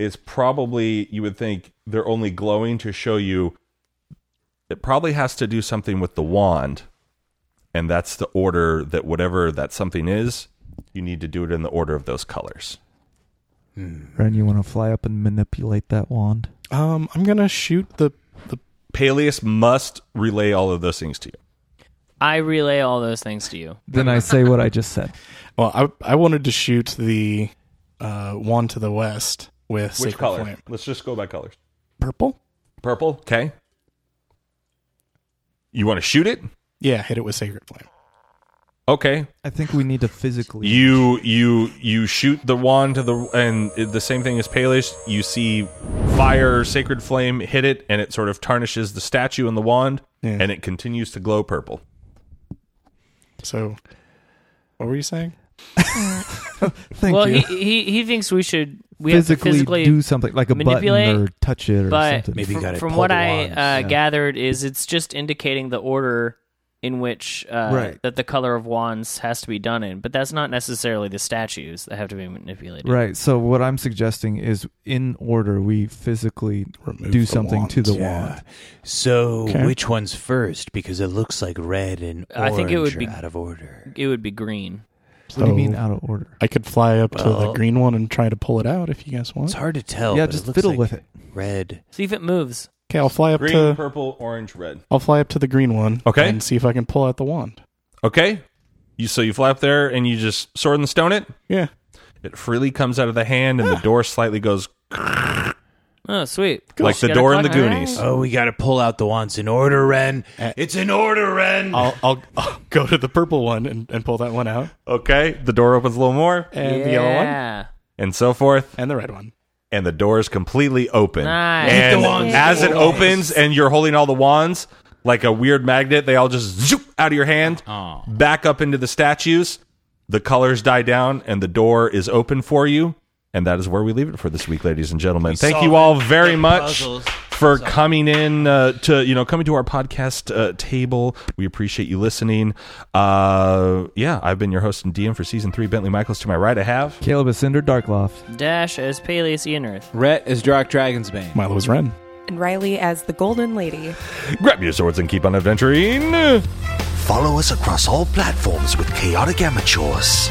[SPEAKER 1] is probably you would think they're only glowing to show you. It probably has to do something with the wand, and that's the order that whatever that something is, you need to do it in the order of those colors.
[SPEAKER 3] Ren, you want to fly up and manipulate that wand?
[SPEAKER 9] Um, I'm gonna shoot the the
[SPEAKER 1] Peleus must relay all of those things to you.
[SPEAKER 4] I relay all those things to you.
[SPEAKER 3] Then I say what I just said.
[SPEAKER 9] well. I I wanted to shoot the uh one to the west with
[SPEAKER 1] Which
[SPEAKER 9] sacred
[SPEAKER 1] color?
[SPEAKER 9] flame.
[SPEAKER 1] Let's just go by colors.
[SPEAKER 9] Purple.
[SPEAKER 1] Purple, okay. You want to shoot it?
[SPEAKER 9] Yeah, hit it with sacred flame.
[SPEAKER 1] Okay.
[SPEAKER 3] I think we need to physically.
[SPEAKER 1] You you you shoot the wand to the and it- the same thing as Peleus. You see fire, sacred flame hit it, and it sort of tarnishes the statue and the wand,
[SPEAKER 9] Yeah.
[SPEAKER 1] and it continues to glow purple.
[SPEAKER 9] So, what were you saying?
[SPEAKER 3] Thank
[SPEAKER 4] well,
[SPEAKER 3] you.
[SPEAKER 4] He, he he thinks we should we have to
[SPEAKER 3] physically,
[SPEAKER 4] physically
[SPEAKER 3] do something like a
[SPEAKER 4] manipulate,
[SPEAKER 3] button or touch it or
[SPEAKER 4] but
[SPEAKER 3] something.
[SPEAKER 13] Maybe
[SPEAKER 4] fr-
[SPEAKER 13] you gotta
[SPEAKER 4] from
[SPEAKER 13] pull
[SPEAKER 4] what
[SPEAKER 13] the
[SPEAKER 4] I
[SPEAKER 13] wands,
[SPEAKER 4] uh,
[SPEAKER 13] yeah.
[SPEAKER 4] gathered is it's just indicating the order in which uh,
[SPEAKER 3] Right.
[SPEAKER 4] that the color of wands has to be done in, but that's not necessarily the statues that have to be manipulated.
[SPEAKER 3] Right. So what I'm suggesting is, in order, we physically
[SPEAKER 9] Remove
[SPEAKER 3] do
[SPEAKER 9] the
[SPEAKER 3] something to
[SPEAKER 9] wand.
[SPEAKER 3] the
[SPEAKER 9] Yeah.
[SPEAKER 3] wand.
[SPEAKER 5] So
[SPEAKER 9] Okay.
[SPEAKER 5] which one's first? Because it looks like red and
[SPEAKER 4] I think it would
[SPEAKER 5] orange are
[SPEAKER 4] be-
[SPEAKER 5] out of order.
[SPEAKER 4] It would be green.
[SPEAKER 3] What do you
[SPEAKER 9] So-
[SPEAKER 3] mean uh, out of order?
[SPEAKER 9] I could fly up to the
[SPEAKER 5] Well-
[SPEAKER 9] green one and try to pull it out if you guys want.
[SPEAKER 5] It's hard to tell.
[SPEAKER 3] yeah,
[SPEAKER 5] but
[SPEAKER 3] just
[SPEAKER 5] it looks
[SPEAKER 3] fiddle
[SPEAKER 5] like
[SPEAKER 3] with it.
[SPEAKER 5] Red.
[SPEAKER 4] See if it moves.
[SPEAKER 9] Okay, I'll fly up
[SPEAKER 1] Green,
[SPEAKER 9] to
[SPEAKER 1] purple, orange, red.
[SPEAKER 9] I'll fly up to the green one.
[SPEAKER 1] Okay.
[SPEAKER 9] and see if I can pull out the wand.
[SPEAKER 1] Okay. You so you fly up there and you just sword and stone it.
[SPEAKER 9] Yeah,
[SPEAKER 1] It freely comes out of the hand,
[SPEAKER 9] Ah.
[SPEAKER 1] and the door slightly goes
[SPEAKER 4] Oh, sweet.
[SPEAKER 1] like
[SPEAKER 4] She
[SPEAKER 1] the
[SPEAKER 4] got a
[SPEAKER 1] door in the
[SPEAKER 4] clock.
[SPEAKER 1] Goonies.
[SPEAKER 5] Oh, we got to pull out the wands in order, Ren. It's in order, Ren.
[SPEAKER 9] I'll I'll, I'll go to the purple one and, and pull that one out,
[SPEAKER 1] Okay, the door opens a little more,
[SPEAKER 9] and the yellow one,
[SPEAKER 4] Yeah.
[SPEAKER 1] and so forth,
[SPEAKER 9] and the red one.
[SPEAKER 1] and the door is completely open.
[SPEAKER 4] Nice.
[SPEAKER 1] And
[SPEAKER 5] The wands.
[SPEAKER 1] as it
[SPEAKER 5] Nice.
[SPEAKER 1] opens, and you're holding all the wands like a weird magnet, they all just zoop out of your hand,
[SPEAKER 5] Uh-huh.
[SPEAKER 1] back up into the statues. The colors die down, and the door is open for you. And that is where we leave it for this week, ladies and gentlemen. Thank you
[SPEAKER 5] solved
[SPEAKER 1] all very much
[SPEAKER 5] puzzles.
[SPEAKER 1] for coming in uh, to you know coming to our podcast uh, table. We appreciate you listening. Uh, yeah, I've been your host and DM for season three, Bentley Michaels. To my right, I have
[SPEAKER 3] Caleb is Cinder Darkloft.
[SPEAKER 4] Dash as Peleus Ian Earth.
[SPEAKER 13] Rhett is Drac Dragonsbane.
[SPEAKER 9] Milo was Ren.
[SPEAKER 7] And Riley as the golden lady.
[SPEAKER 1] Grab your swords and keep on adventuring.
[SPEAKER 2] Follow us across all platforms with Chaotic Amateurs.